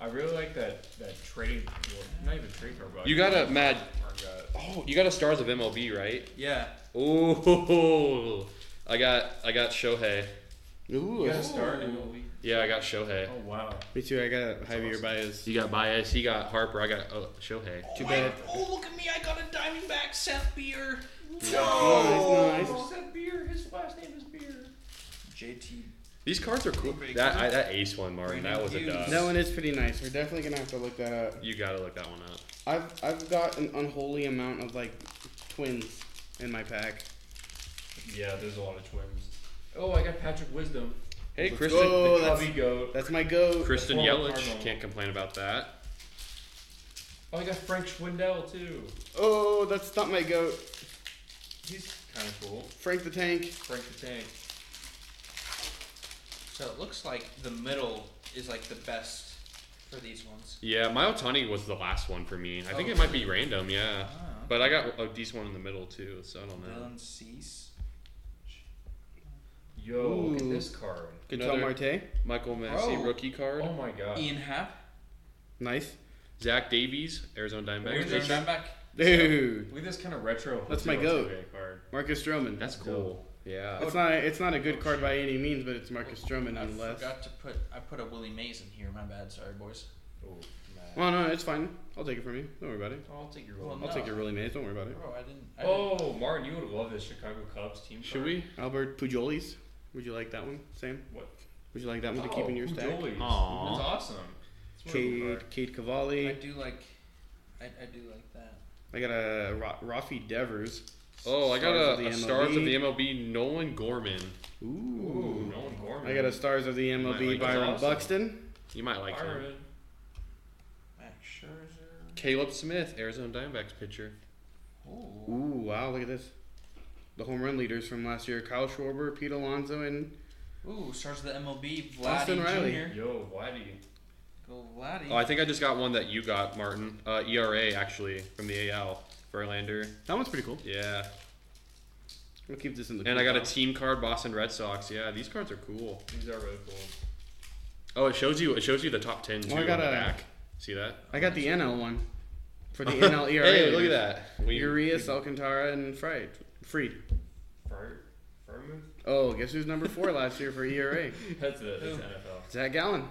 I really like that that trading. Well, not even trading card, but You got a mad. I got Oh, you got a Stars of MLB, right? Yeah. Oh, I got I got Shohei. You Ooh, got a that's- star in Yeah, I got Shohei. Oh wow. me too. I got a Javier awesome. Baez. You got Baez. He got Harper. I got oh, Shohei. Too bad. Oh, look at me! I got a Diamondback Seth Beer. Oh, Nice, nice. that beer? His last name is Beer. JT. These cards are cool. Pretty That cool. I, that ace one, Martin. Brandon That was a Hughes. dud. That one is pretty nice. We're definitely gonna have to look that up. You gotta look that one up. I've I've got an unholy amount of like twins in my pack. Yeah, there's a lot of twins. Oh, I got Patrick Wisdom. Hey, Let's Kristen. go. Oh, the that's- Cubby Goat. That's my go. Kristen Former Yelich Cardinal. can't complain about that. Oh, I got Frank Schwindel too. Oh, that's not my goat. He's kind of cool. Frank the Tank. Frank the Tank. So it looks like the middle is like the best for these ones. Yeah, my Otani was the last one for me. I think Oh. it might be random. Yeah, Ah. but I got a decent one in the middle too. So I don't know. Dylan Cease. Yo, look at Ooh. this card. Catal Another Marte. Michael Massey Oh. rookie card. Oh my god. Uh, Ian Happ. Nice. Zach Davies, Arizona Where's Here's our Diamondbacks. Arizona- Diamondback. Dude, Look at this kind of retro. That's my Jose goat. Altuve card. Marcus Stroman. That's cool. Yeah. It's not it's not a good card by any means, but it's Marcus Stroman I nonetheless. forgot to put. I put a Willie Mays in here. My bad. Sorry, boys. Oh, man. Oh no, it's fine. I'll take it from you. Don't worry about it. I'll take your Well, one. I'll No. take your really maze. Don't worry about it. Bro, I didn't. I didn't- Oh, Martin, you would love this Chicago Cubs team. Should card. we? Albert Pujolis. Would you like that one, Sam? What? Would you like that one to keep in your Oh, stack? Pujolis. Aw. That's awesome. It's a really cool Cade, card. Cade I Cavalli. do like. I, I do like that. I got a Ra- Rafi Devers. Oh, I got Stars a, of the a stars of MLB. the MLB, Nolan Gorman. Ooh. Nolan Gorman. I got a Stars of the Might MLB like Byron that also. Buxton. You might like him. Byron. Max Scherzer. Caleb Smith, Arizona Diamondbacks pitcher. Ooh. Ooh, wow, look at this. The home run leaders from last year Kyle Schwarber, Pete Alonso, and Ooh, starts with the MLB. Vladdy Austin Riley. Jr. Yo, Whitey. Go Vladdy. Oh, I think I just got one that you got, Martin. Uh, ERA actually from the AL. Verlander. that one's pretty cool. Yeah. We'll keep this in the. And I got a t- team card, Boston Red Sox. Yeah, these cards are cool. These are really cool. Oh, it shows you. It shows you the top ten too Oh, I got on the a- back. See that? I got the NL one for the E NL ERA. hey, look at leaders. that. We, Urias, Alcantara, and Fried. Freed. Fir- Firmouth? Oh, guess who's number four last year for E ERA? That's the that's Who? NFL. Zach Gallen.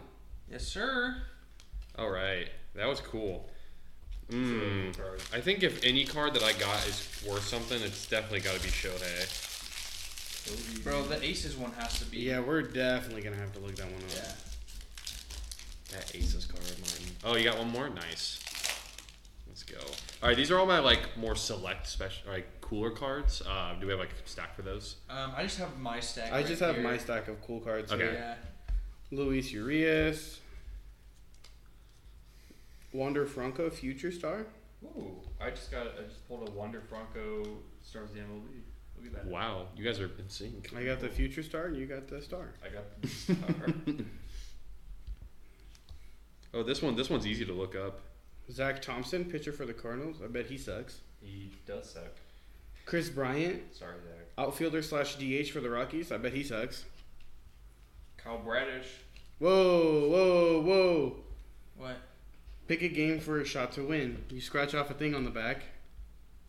yes, sir. All right, that was cool. It's a Mm. really cool card. I think if any card that I got is worth something, it's definitely got to be Shohei. Kobe. Bro, the Aces one has to be. Yeah, we're definitely gonna have to look that one up. Yeah. That Aces card, Martin. Oh, you got one more. Nice. Let's go. All right, these are all my like more select, special, like cooler cards. Uh, do we have like a stack for those? Um, I just have my stack. I right just have here. my stack of cool cards. Okay. here. Yeah. Luis Urias. Wander Franco, future star. Ooh, I just got I just pulled a Wander Franco Stars of the MLB. Look at that. Wow, you guys are in sync. I got the future star, and you got the star. I got the star. Oh, this one. This one's easy to look up. Zach Thompson, pitcher for the Cardinals. I bet he sucks. he does suck. Chris Bryant, Sorry, Zach. outfielder slash DH for the Rockies. I bet he sucks. Kyle Bradish. Whoa, whoa, whoa. What? Pick a game for a shot to win. You scratch off a thing on the back.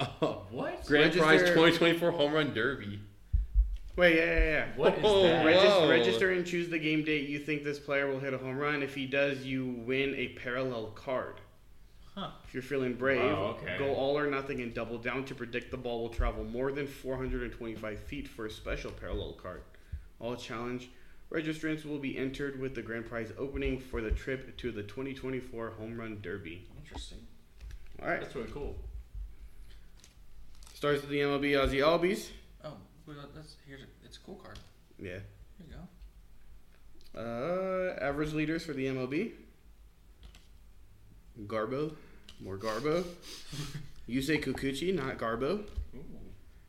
Oh, What? grand prize Register- 2024 home run derby. Wait, yeah, yeah, yeah. What is Whoa, that? what? Regis- Whoa. Oh, register and choose the game date you think this player will hit a home run. If he does, you win a parallel card. Huh. If you're feeling brave, Wow, okay. go all or nothing and double down to predict the ball will travel more than 425 feet for a special parallel card. All challenge registrants will be entered with the grand prize opening for the trip to the 2024 Home Run Derby. Interesting. All right, That's really cool. starts with the MLB Ozzy Albies. Oh, well, that's here's a, it's a cool card. Yeah. Here you go. Uh, average leaders for the MLB. Garbo, more Garbo. Yusei Kikuchi, not Garbo, Ooh.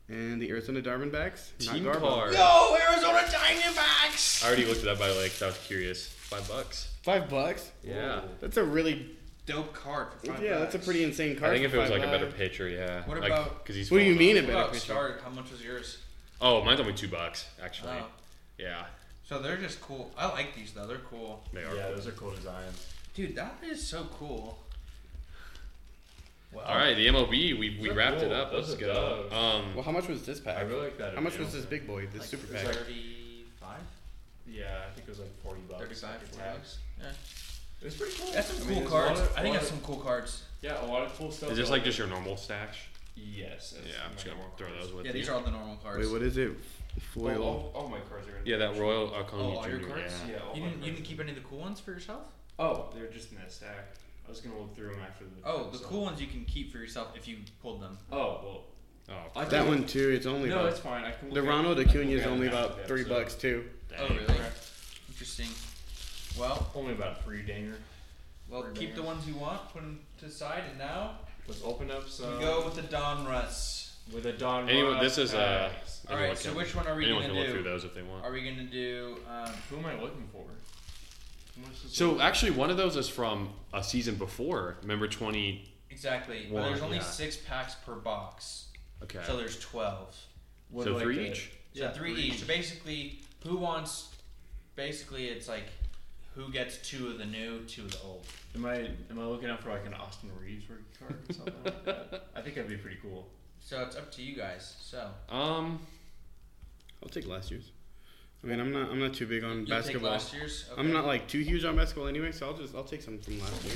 and the Arizona Diamondbacks, not Team Garbo. card. Yo, Arizona Diamondbacks. I already looked it up by like I was curious. Five bucks. Five bucks. Yeah. Whoa. That's a really Dope card for five yeah. That's a bucks. pretty insane card. I think if for it was five like a better bucks. pitcher, yeah. What Like, about- 'cause he's What do you falling mean off. a What better about pitcher? Stark? How much was yours? Oh, mine's only two bucks actually. Oh. Yeah, So they're just cool. I like these though. They're cool. they are. Yeah, those are cool designs. Dude, that is so cool. Wow. All right, the MLB. We, we They're wrapped it cool. up. Let's Those are go. dope. Um, Well, how much was this pack? I really like that. how much was appeal. this big boy? This Like super pack. Thirty-five. Yeah, I think it was like forty bucks. 35 It's 40 tax. bucks. Yeah. It was pretty cool. That's some I cool mean, there's a lot cards. of- I think lot that's of- some cool cards. Yeah, a lot of cool stuff. is this like just your normal stash? Yes. that's Yeah, I'm my just gonna normal throw cards. those with Yeah, you. these are all the normal cards. Wait, what is it? Well, Foil. all, all my cards are gonna yeah, that be- Royal Oh, Acuna all Jr. your cards? Yeah. Yeah, all You didn't, you my cards didn't are- keep any of the cool ones for yourself? Oh, they're just in that stack. I was gonna look through them after the. Oh, the so- cool ones you can keep for yourself if you pulled them. Oh Oh, well. that one too. It's No, only that's about, fine. I can. the look at- Ronald I can Acuna look is at only it after about the three episode. bucks too. Oh, dang. really? Interesting. Well, Only about three dinger. well, Pretty keep the bad. ones you want, put them to the side, and now Let's open up we some. go with the Don Russ. with a Don. Anyone- Ross this is, uh, packs. Anyone All right, so can- which one are we Anyone gonna can look do? through those if they want. Are we gonna do? Um, Who am I looking for? Who am I supposed to So look- actually, one of those is from a season before. Remember 20? exactly. but One, there's only yeah. six packs per box, Okay. so there's twelve. What so do I three get? each? So three each. So basically, who wants? Basically, it's like who gets two of the new, two of the old. Am I am I looking out for like an Austin Reeves rookie card or something like that? I think that'd be pretty cool. So it's up to you guys. So Um, I'll take last year's. I mean, I'm not. I'm not too big on you'll take basketball. last year's. Okay. I'm not like too huge on basketball anyway, so I'll just I'll take some from last year.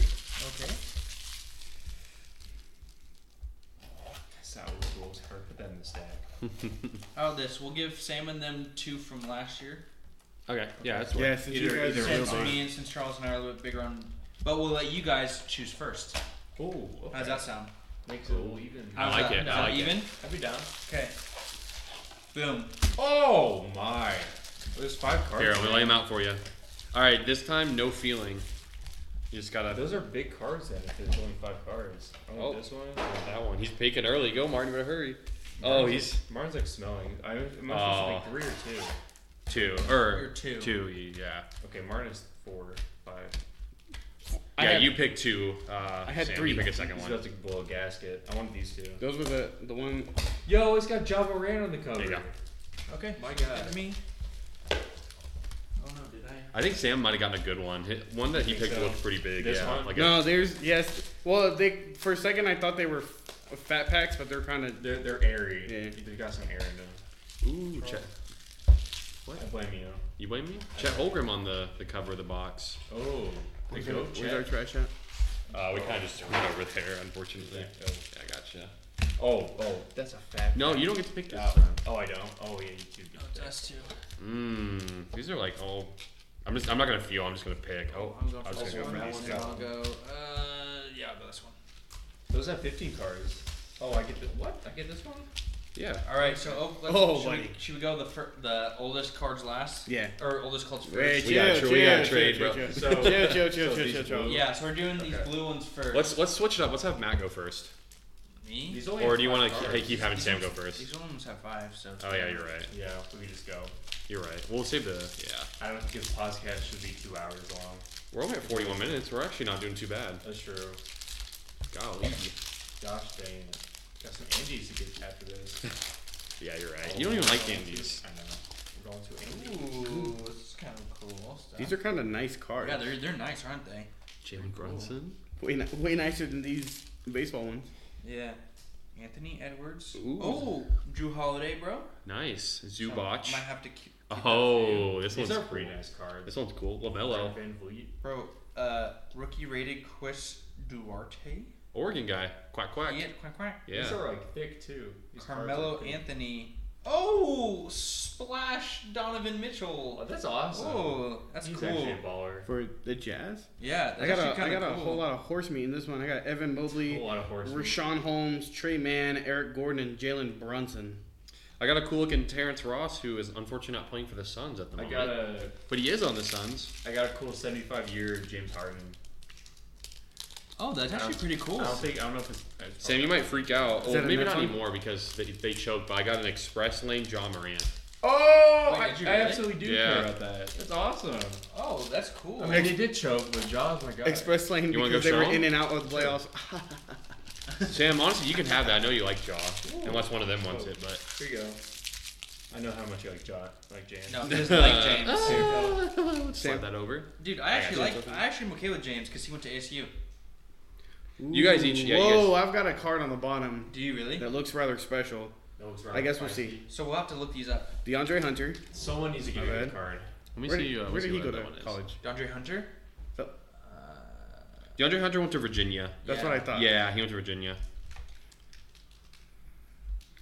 Okay. That's not really cool. It's hard. Put that in the stack. How about this? We'll give Sam and them two from last year. okay. Yeah, that's one. Yeah, since Either- you guys either are real Since big. me and since Charles and I are a little bit bigger on, but we'll let you guys choose first. Oh, How does that sound? Makes it all even. I like that? it, I Is that like it. even? I'd be down. Okay. Boom. Oh my! There's five cards. Here, I'm gonna lay them out for you. All right, this time no feeling. You just gotta. Uh, Those are big cards then. If there's only five cards. I want Oh. this one. That one. He's peeking early. Go, Martin. You better hurry. Oh, he's Martin's like smelling. I, am I supposed to Oh. pick three or two? two or You're two. Two. Yeah. Okay, Martin's four, five. I Yeah. had- you pick two. Uh, I had Sam, three. You pick a second He's one. about to blow a gasket. I want these two. Those were the the one. Yo, it's got Java Moran on the cover. There you go. Okay. My God. Give it to me. Oh no, did I? I think Sam might have gotten a good one. Hi- One that he Think picked so. looked pretty big. This yeah. one? Like a, No, there's yes. Well, they for a second I thought they were f- fat packs, but they're kind of. They're, they're airy. Yeah. They've got some air in them. ooh, Chet. I blame you. You blame me? Chet Holgram on the, the cover of the box. Oh. The Where's our, goat where's our check. trash at? Uh, we kind of just threw it over there, unfortunately. Yeah. Yeah, I gotcha. Oh, oh, that's a fact. No, you don't get to pick this. Oh, oh, I don't. Oh, yeah, you do. Oh, it's us two. Mmm. These are like all. I'm just. I'm not gonna feel. I'm just gonna pick. Oh, I'm going I for was this gonna one. go for That these one. two. and I'll go. Uh, yeah, I'll go this one. Those have 15 cards. Oh, I get the what? I get this one. Yeah. All right. So oh, let's, Oh, should, we, buddy. should we go the fir- the oldest cards last? Yeah. Or oldest cards first. Hey, We gotta chill, tra- we gotta chill, trade, chill, bro. chill. So- Chill, chill, so chill, chill, these chill, chill. blue- Yeah, so we're doing these Okay. blue ones 1st Let's let's switch it up. Let's have Matt go first. me. These only Or have do you five want to cards. keep having Sam go These first? ones have five, so. Oh yeah, you're right. Yeah, we could just go. You're right. We'll save the. Yeah. I don't think this podcast should be two hours long. We're only at 41 minutes. We're actually not doing too bad. That's true. Golly. Gosh dang it. Got some Andes to get after this. Oh, Yeah, you're right. You don't even like Andes. I know. We're going to Andes. Ooh, this is kind of cool stuff. These are kind of nice cards. Yeah, they're they're nice, aren't they? Jalen Brunson. way, ni- way nicer than these baseball ones. Yeah. Anthony Edwards. Ooh. Oh, Drew Holiday, bro. Nice. So Zubach. might have to. keep- keep that for you. Oh, this These one's are cool. pretty nice cards. This one's cool. Lamelo, Van Vliet. Bro, uh, rookie rated Chris Duarte. Oregon guy. Quack quack. Yeah, quack quack. Yeah. These are like thick too. These cards are Carmelo thick. Anthony. Oh, splash Donovan Oh, Mitchell. that's awesome. Oh, that's He's cool. actually a baller. For the Jazz? Yeah, that's I got actually a, I kind of got cool. a whole lot of horse meat in this one. I got Evan A Mobley, lot of horses. Rashawn Holmes, Trey Mann, Eric Gordon, and Jalen Brunson. I got a cool looking Terrence Ross who is unfortunately not playing for the Suns at the I moment. got a But he is on the Suns. I got a cool 75 year James Harden. Oh, that's actually pretty cool. I don't think I don't know if it's uh, it's Sam, you might freak out. Well, that a maybe net not one? anymore because they, they choked. But I got an express lane John Morant. Oh, Wait, I, did you I really? absolutely do Yeah. care about that. That's awesome. Oh, that's cool. I mean, they did choke, but Jaws, my god. Express Lane You wanna because go they were Sean? in and out of the playoffs. Sam, honestly, you can have that. I know you like Jaw, unless one of them wants it. But Here you go. I know how much you like Jaws, like James. no, he doesn't like James. James. Ah, Slide Sam. that over. Dude, I actually I got like. I actually am okay with James because he went to ASU. You guys each- yeah, you Whoa, I've got a card on the bottom Do you really? that looks rather special. No, it's I guess we'll see. So we'll have to look these up. DeAndre Hunter. Someone needs to get My a bad. good card. Let me Where see. did, uh, let me where see did he what go that to one is. college? DeAndre Hunter. So- DeAndre Hunter went to Virginia. That's Yeah. what I thought. Yeah, he went to Virginia.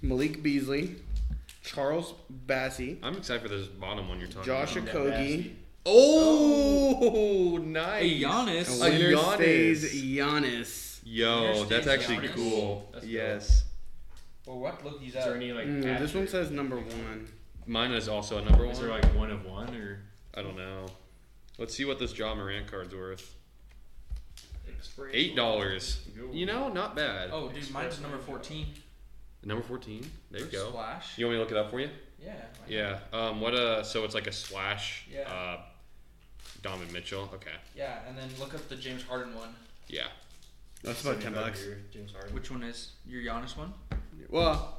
Malik Beasley, Charles Bassie, I'm excited for this bottom one you're talking Josh about. Okogie, Oh, nice. Hey, Giannis. and A winner Giannis. stays Giannis. Yo, Here's that's James actually Giannis. cool. That's dope. yes. Well, what? Look these Is there up. any like? Mm, this after- one says number one. Mine is also a number Is there one. like one of one or I don't know. Let's see what this John Morant card's worth. Eight dollars. You know, not bad. Oh, dude, mine's number fourteen. Number fourteen. There you For go. Splash. You want me to look it up for you? Yeah. why not? Yeah. Um. What a. So it's like a slash. Yeah. Uh, Donovan Mitchell. Okay. Yeah, and then look up the James Harden one. Yeah. That's about ten bucks. James Harden. Which one is your Giannis one? Well,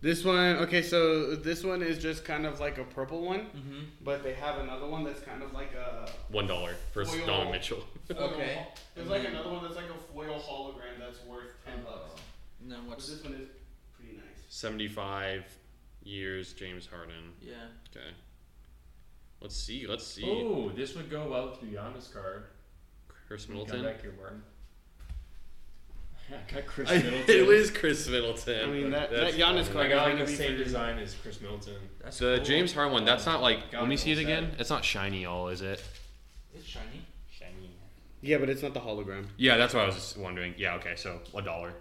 this one. Okay, so this one is just kind of like a purple one, Mm-hmm. but they have another one that's kind of like a. One dollar versus Oil. Donovan Mitchell. Okay. There's like another one that's like a foil hologram that's worth ten bucks. And then But Oh. what's? this one is pretty nice. Seventy-five years. James Harden. Yeah. Okay. Let's see. Let's see. Oh, this would go well with your Giannis card. Chris Come Middleton. back here, Martin. I got Chris Middleton. it is Chris Middleton. I mean that that That's Giannis funny. I got card. is gonna like the be same pretty- design as Chris Middleton. That's The cool. James Harden one. That's not like. God, let me see it what's that? again. It's not shiny all, is it? It's shiny. Shiny. Yeah, but it's not the hologram. Yeah, that's what I was wondering. Yeah. Okay. So a dollar.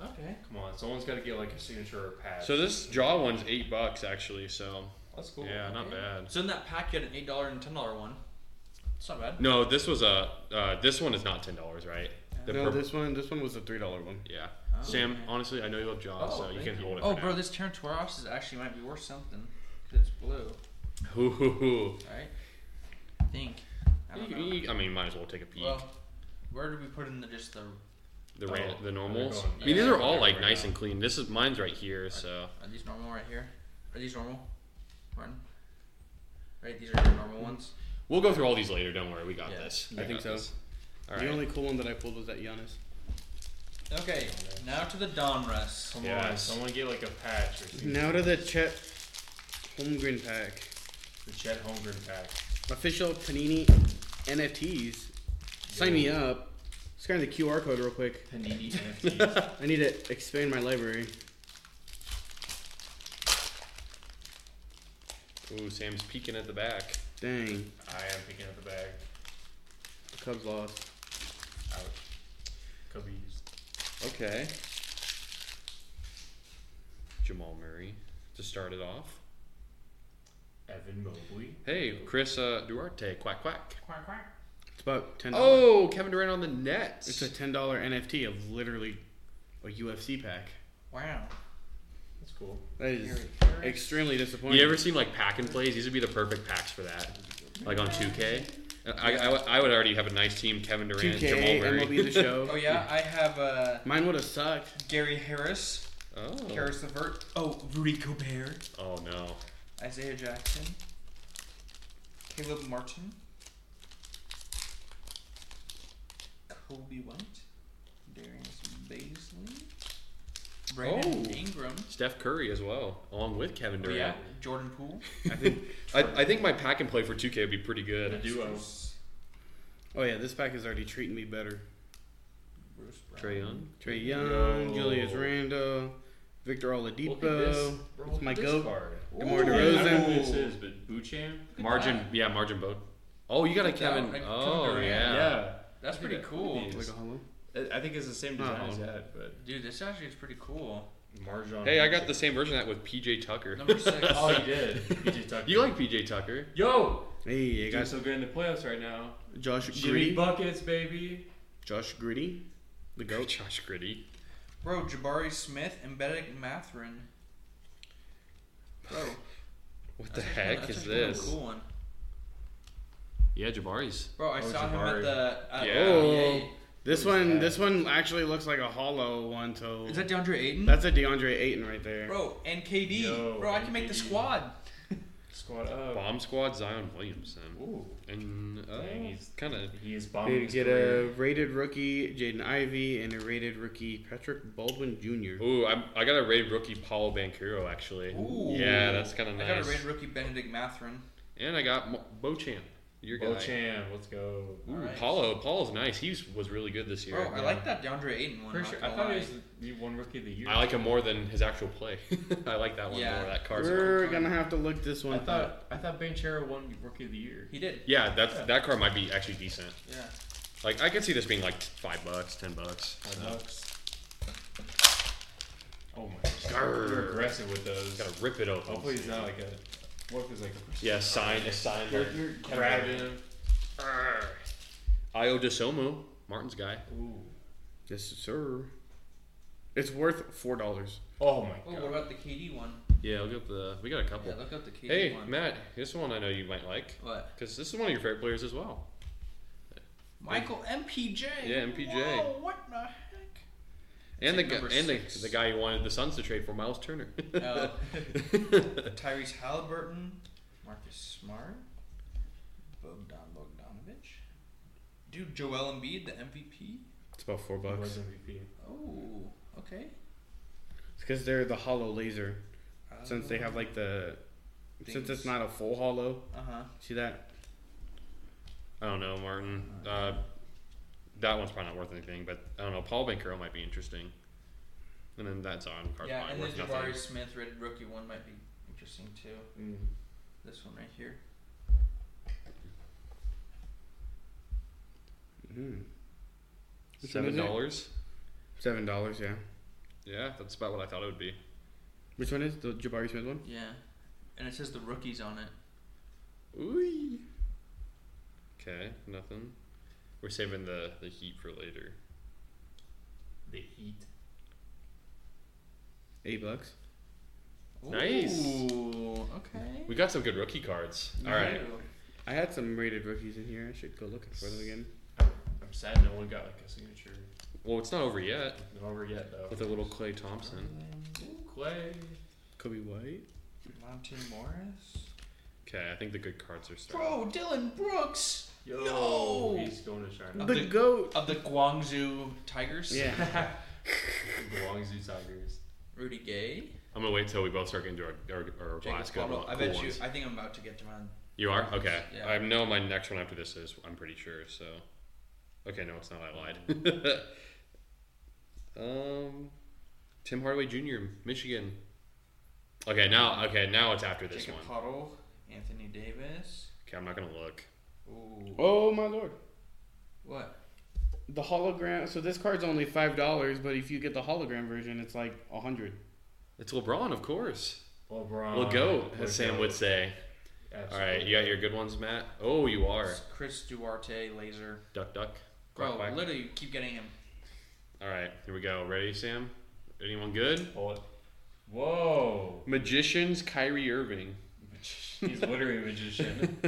Okay. Come on, someone's got to get like a signature or a pass. So this draw one's eight bucks actually. So that's cool. yeah, not bad. So in that pack, you had an eight dollar and ten dollar one. It's not bad. No, this was a. Uh, this one is not ten dollars, right? The no, pur- this one, this one was a three dollar one. Yeah. Oh, Sam, okay. honestly, I know you love Jaws, Oh, so you thank can you. hold it. Oh, for bro, now. this Terran Tauros is actually might be worth something because it's blue, Hoo, hoo, hoo. right? I think. I don't You- know. you- I mean, might as well take a peek. Well, where did we put in the just the? Are the ran- Oh, the normals. they're going- I mean, these yeah, are all they're like right nice now. and clean. This is mine's right here, so these normal right here? Are these normal? Martin. Right, these are your normal ones. we'll go through all these later. Don't worry, we got Yeah. this. I We think got so. this. All right. The only cool one that I pulled was that Giannis. Okay, now to the Donruss. Come Yeah. on, someone get like a patch or something. Now to the Chet Holmgren pack. The Chet Holmgren pack. Official Panini NFTs. Sign me up. Scan the QR code real quick. Panini NFTs. I need to expand my library. Ooh, Sam's peeking at the back. Dang, I am picking up the bag. the Cubs lost. Ouch. Cubbies. Okay. Jamal Murray to start it off. Evan Mobley. Hey, Chris uh, Duarte, quack quack. Quack, quack. It's about ten. Oh, Kevin Durant on the it's Nets. a ten dollar NFT of literally a UFC pack. Wow. That's cool. That Here is we go. extremely disappointing. you ever seen like pack and plays? These would be the perfect packs for that. Like on 2K. I, I, I would already have a nice team: Kevin Durant, 2K, Jamal Murray. MLB the Show? Oh yeah, I have uh, Mine would have sucked. Gary Harris, oh. Harris the Vert. Oh, Rudy Gobert, oh no. Isaiah Jackson, Caleb Martin, Kobe White, Darius Baisley, Brandon Oh. Ingram. Steph Curry as well, along with Kevin Oh, yeah, Durant. Jordan Poole. I think. I, I think my pack and play for 2K would be pretty The good. duo. Oh yeah, this pack is already treating me better. Bruce Brown. Trae Young. Trey Young, Yo. Julius Randle, Victor Look at this. Oladipo. Bro, It's look my at this goat. card. DeMar Ooh. I don't know DeRozan. who this is, but Buchan. Look at Margin, that. yeah, margin boat. Oh, you got a Look at that Kevin. one. Kevin Oh, Durant. yeah. That's Look at pretty that. cool. Look at Like a hollow. these. I I think it's the same design Uh-oh. Uh-huh. as that, but Dude, this actually is pretty cool. Marjon. Hey, I got the same version of that with PJ Tucker. Number six. Oh, you did. You just talked. You like PJ Tucker? Yo, Hey, I you got guys so good in the playoffs right now. Josh Jimmy Gritty. buckets, baby. Josh Gritty. The goat. Josh Gritty. Bro, Jabari Smith and Benedict Matherin. Bro, What the that's actually- heck that's is actually kind of a this? cool one. Yeah, Jabari's. Bro, I Oh, saw him at Jabari. the. At um, Yeah. the This What is one, that? this one actually looks like a hollow one. So NBA. Is that DeAndre Ayton? that's a DeAndre Ayton right there. Bro, and KD. Yo, Bro, I and can make the KD. squad. Squad up. Bomb squad Zion Williamson. Ooh, And uh, Dang, he's- kind of. he is We bombing. His get career. a rated rookie Jaden Ivey and a rated rookie Patrick Baldwin Jr. Ooh, I'm, I got a raid rookie Paulo Banquero actually. Ooh. Yeah, that's kind of I nice. got a rated rookie Benedict Matherin. And I got Mo- Bochamp, your guy. Bochan, let's go. Ooh, Alright. Paulo. Paulo's nice. He was really good this year. Bro, Oh, I Yeah. like that DeAndre Ayton one. Pretty not sure. I gonna thought lie. he was the one rookie of the year. I like him more than his actual play. I like that one Yeah. more. That card's more. We're gonna have to look this one. I up. thought I thought Banchero won rookie of the year. He did. Yeah, that's that card might be actually decent. Yeah. Like I could see this being like five bucks, ten bucks. Five So. bucks. Oh my god. Grr. You're aggressive with those. Gotta rip it open. Hopefully he's not like a. What if it's like a. Yeah, sign a sign. You're, by- you're Kevin grabbing Durant. him. Io DeSomo, Martin's guy. Ooh. Yes, sir. It's worth four dollars. Oh my Oh, god. what about the KD one? Yeah, look up the. We got a couple. Yeah, look up the KD hey, one. Matt, this one I know you might like What? because this is one of your favorite players as well. Michael MPJ. Yeah, MPJ. Whoa, what the heck? And the Take guy, number and the, six. the guy who wanted the Suns to trade for Miles Turner. Oh. Tyrese Halliburton, Marcus Smart, Bogdan Bogdanovich, dude, Joel Embiid, the MVP. It's about four Who bucks. was MVP? Oh, okay. It's because they're the hollow laser. Since they have like the, since Things. it's not a full hollow. Uh huh. See that? I don't know, Martin. Uh, that one's probably not worth anything, but I don't know. Paul Bankero might be interesting. And then that's on card Yeah, probably and the worth Jabari nothing. Smith red rookie one might be interesting too. Mm. This one right here. Mm. Which one is Seven it? Mm-hmm. dollars. Seven dollars. Yeah. Yeah, that's about what I thought it would be. Which one is the Jabari Smith one? Yeah. And it says the rookies on it. Ooh. Okay, nothing. We're saving the, the heat for later. The heat. Eight bucks. Nice. Ooh, okay. We got some good rookie cards. All right. Ooh. I had some rated rookies in here. I should go looking for them again. I'm sad no one got like a signature. Well, it's not over yet Not over yet though. with a little Clay Thompson. Clay. Kobe White. Monte Morris. Okay, I think the good cards are Bro, starting. Dylan Brooks Yo. Yo. He's going to China. Of the the- goat. of the Guangzhou Tigers. Yeah. Guangzhou Tigers. Rudy Gay. I'm gonna wait till we both start getting to our, our, our Jacob last good Pablo. one- I cool bet you. ones. I think I'm about to get to mine. You are okay. Yeah. I know my next one after this is. I'm pretty sure. So, okay, no, it's not. I lied. um, Tim Hardaway Jr., Michigan. Okay, now okay, now it's after this Jacob one. Puddle, Anthony Davis. Okay, I'm not gonna look. Ooh. Oh my lord. What? The hologram. So this card's only five dollars, but if you get the hologram version, it's like a hundred. It's LeBron, of course. Uh, LeBron. We'll go, We'll as Sam go. would say. All right, you got your good ones, Matt. Oh, you are Chris Duarte, Laser. duck, duck. Bro, Quack, quack. literally, you keep getting him. All right, here we go. Ready, Sam? Anyone good? Pull it. Whoa. Magicians, Kyrie Irving. He's literally a magician.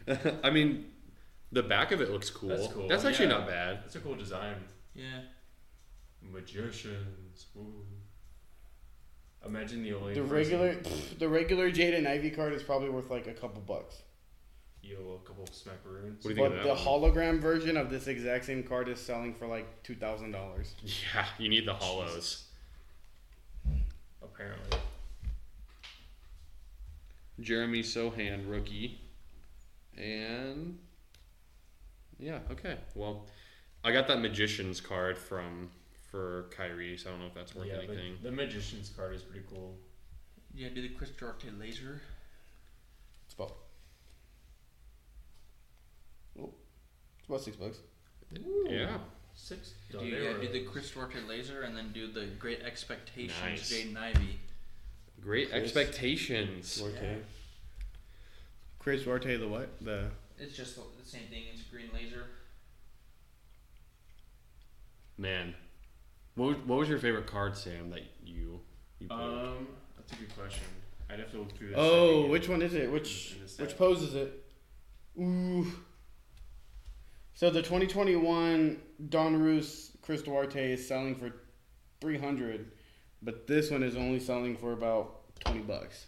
I mean, the back of it looks cool. That's cool, actually yeah. not bad. That's a cool design. Yeah. Magicians. Ooh. Imagine the only The person- regular, the regular Jade and Ivy card is probably worth like a couple bucks. Yo, a couple of What smackaroons. do you think But of the that? one? hologram version of this exact same card is selling for like two thousand dollars. yeah, you need the hollows. Apparently. Jeremy Sohan, rookie. And yeah, okay. Well, I got that magician's card from for Kyrie, so I don't know if that's worth yeah, but anything. the magician's card is pretty cool. Yeah, do the Chris Duarte laser. It's about. Oh, it's about six bucks. Yeah. Six. Oh, Do, you, yeah, do the Chris Duarte laser and then do the Great Expectations, Nice. Jaden Ivey. Great Chris. expectations. Duarte. Chris Duarte, the what? The It's just the, the same thing. It's a green laser. Man. What was, what was your favorite card, Sam, that you you played? Um, that's a good question. I'd have to look through this. oh, thing which again. one is it? Which In the set. which pose is it? Ooh. So the 2021 Don Roos Chris Duarte is selling for 300, but this one is only selling for about 20 bucks.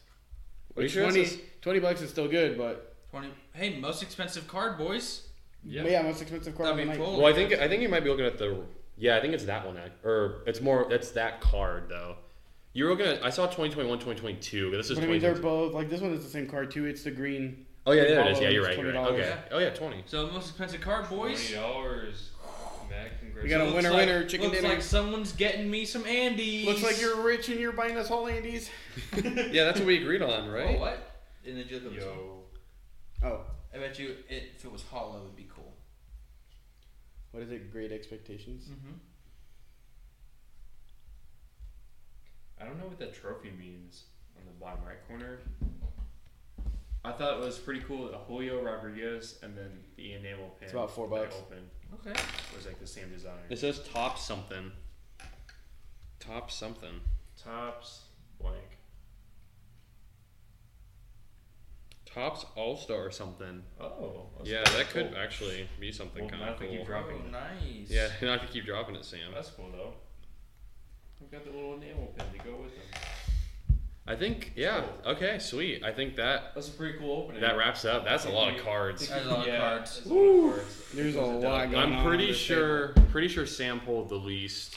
Are you Which sure that's 20, this- 20 bucks is still good, but Twenty. Hey, most expensive card, boys. Yeah. yeah, yeah most expensive card on the That'd be night. cool. Well, I think I think you might be looking at the. Yeah, I think it's that one, ac- or it's more. It's that card though. You were looking at. I saw 2021, 2022. but This is But I mean, they're 2022. both like this one is the same card too. It's the green. Oh yeah, there it is. Yeah, It's you're right. You're right. $20. Okay. Oh yeah, 20. So most expensive card, boys. Twenty dollars. Matt, We got congratulations. a winner, like, winner, chicken looks dinner. like someone's getting me some Andes. Looks like you're rich and you're buying us whole Andes. yeah, that's what we agreed on, Oh, right? what? And then you look at this one. Yo. Oh, I bet you it, if it was hollow, it'd be cool. what is it? Great expectations. Mm-hmm. I don't know what that trophy means on the bottom right corner. I thought it was pretty cool that Julio Rodriguez and then the enamel pin. It's about four that I bucks. Opened Okay. was like the same design. It says top something. Top something. Tops blank. Tops All Star something. Oh. that's Yeah, cool. that could Cool. actually be something Well, kind now of if we keep cool. Dropping Oh, it. nice. Yeah, not if you keep dropping it, Sam. That's cool though. I've got the little enamel pin to go with them. I think. Yeah. Okay. Sweet. I think that That's a pretty cool opening. that wraps up. That's a lot of cards. That's a lot of Yeah, cards. that's a lot of cards. There's a lot going on. I'm on pretty this sure. Pretty sure Sam pulled the least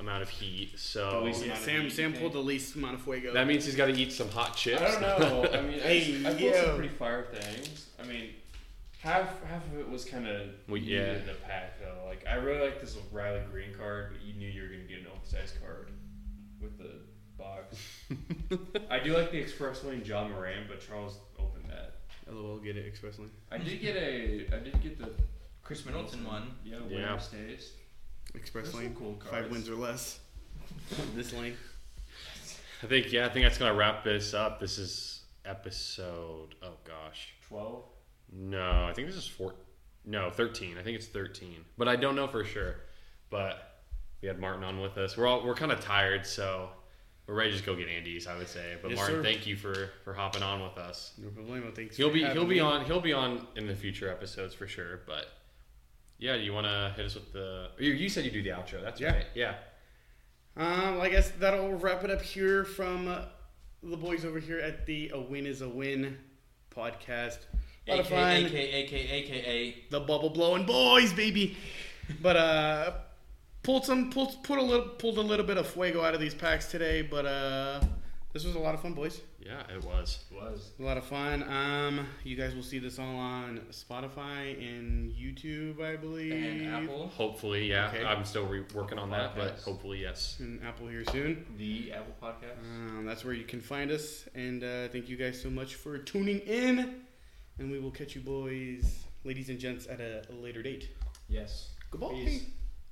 amount of heat, table. so least Yeah, amount of Sam heat, Sam you pulled the least amount of fuego. that means he's got to eat some hot chips. I don't know. I mean, Hey, I, I pulled yo. some pretty fire things. I mean, half half of it was kind of We- yeah. in the pack though. Like I really like this Riley Green card, but you knew you were gonna get an oversized card with the box. I do like the Express Lane John Moran, but Charles opened that. LOL, get it express lane. I did get a. I did get the Chris Middleton one. yeah Yeah. winner stays. Express Those are lane. cool cards. Five wins or less. this lane. I think yeah, I think that's gonna wrap this up. This is episode. Oh gosh, Twelve. no, I think this is four. No, thirteen. I think it's thirteen, but I don't know for sure. But we had Martin on with us. We're all we're kind of tired, so we're ready to just go get Andy's. I would say, but Yes, Martin, sir. thank you for for hopping on with us. No problemo. Thanks. He'll for be having he'll be me. on he'll be on in the future episodes for sure. But yeah, do you want to hit us with the? You, you said you do the outro. That's Yeah. right. Yeah. Um, well, I guess that'll wrap it up here from uh, the boys over here at the A Win Is a Win podcast. A lot AKA, of fun. AKA, AKA, AKA. the bubble blowing boys, baby. But uh, pulled some pulled put a little pulled a little bit of fuego out of these packs today. But uh, this was a lot of fun, boys. Yeah, it was. Was A lot of fun. Um, you guys will see this all on Spotify and YouTube, I believe, And Apple. Hopefully, yeah. Okay. I'm still re- working on that, but Podcast. hopefully, yes. and Apple here soon. the Apple Podcast? Um, that's where you can find us. And uh, thank you guys so much for tuning in. And we will catch you boys, ladies and gents, at a, a later date. Yes. Goodbye. Peace.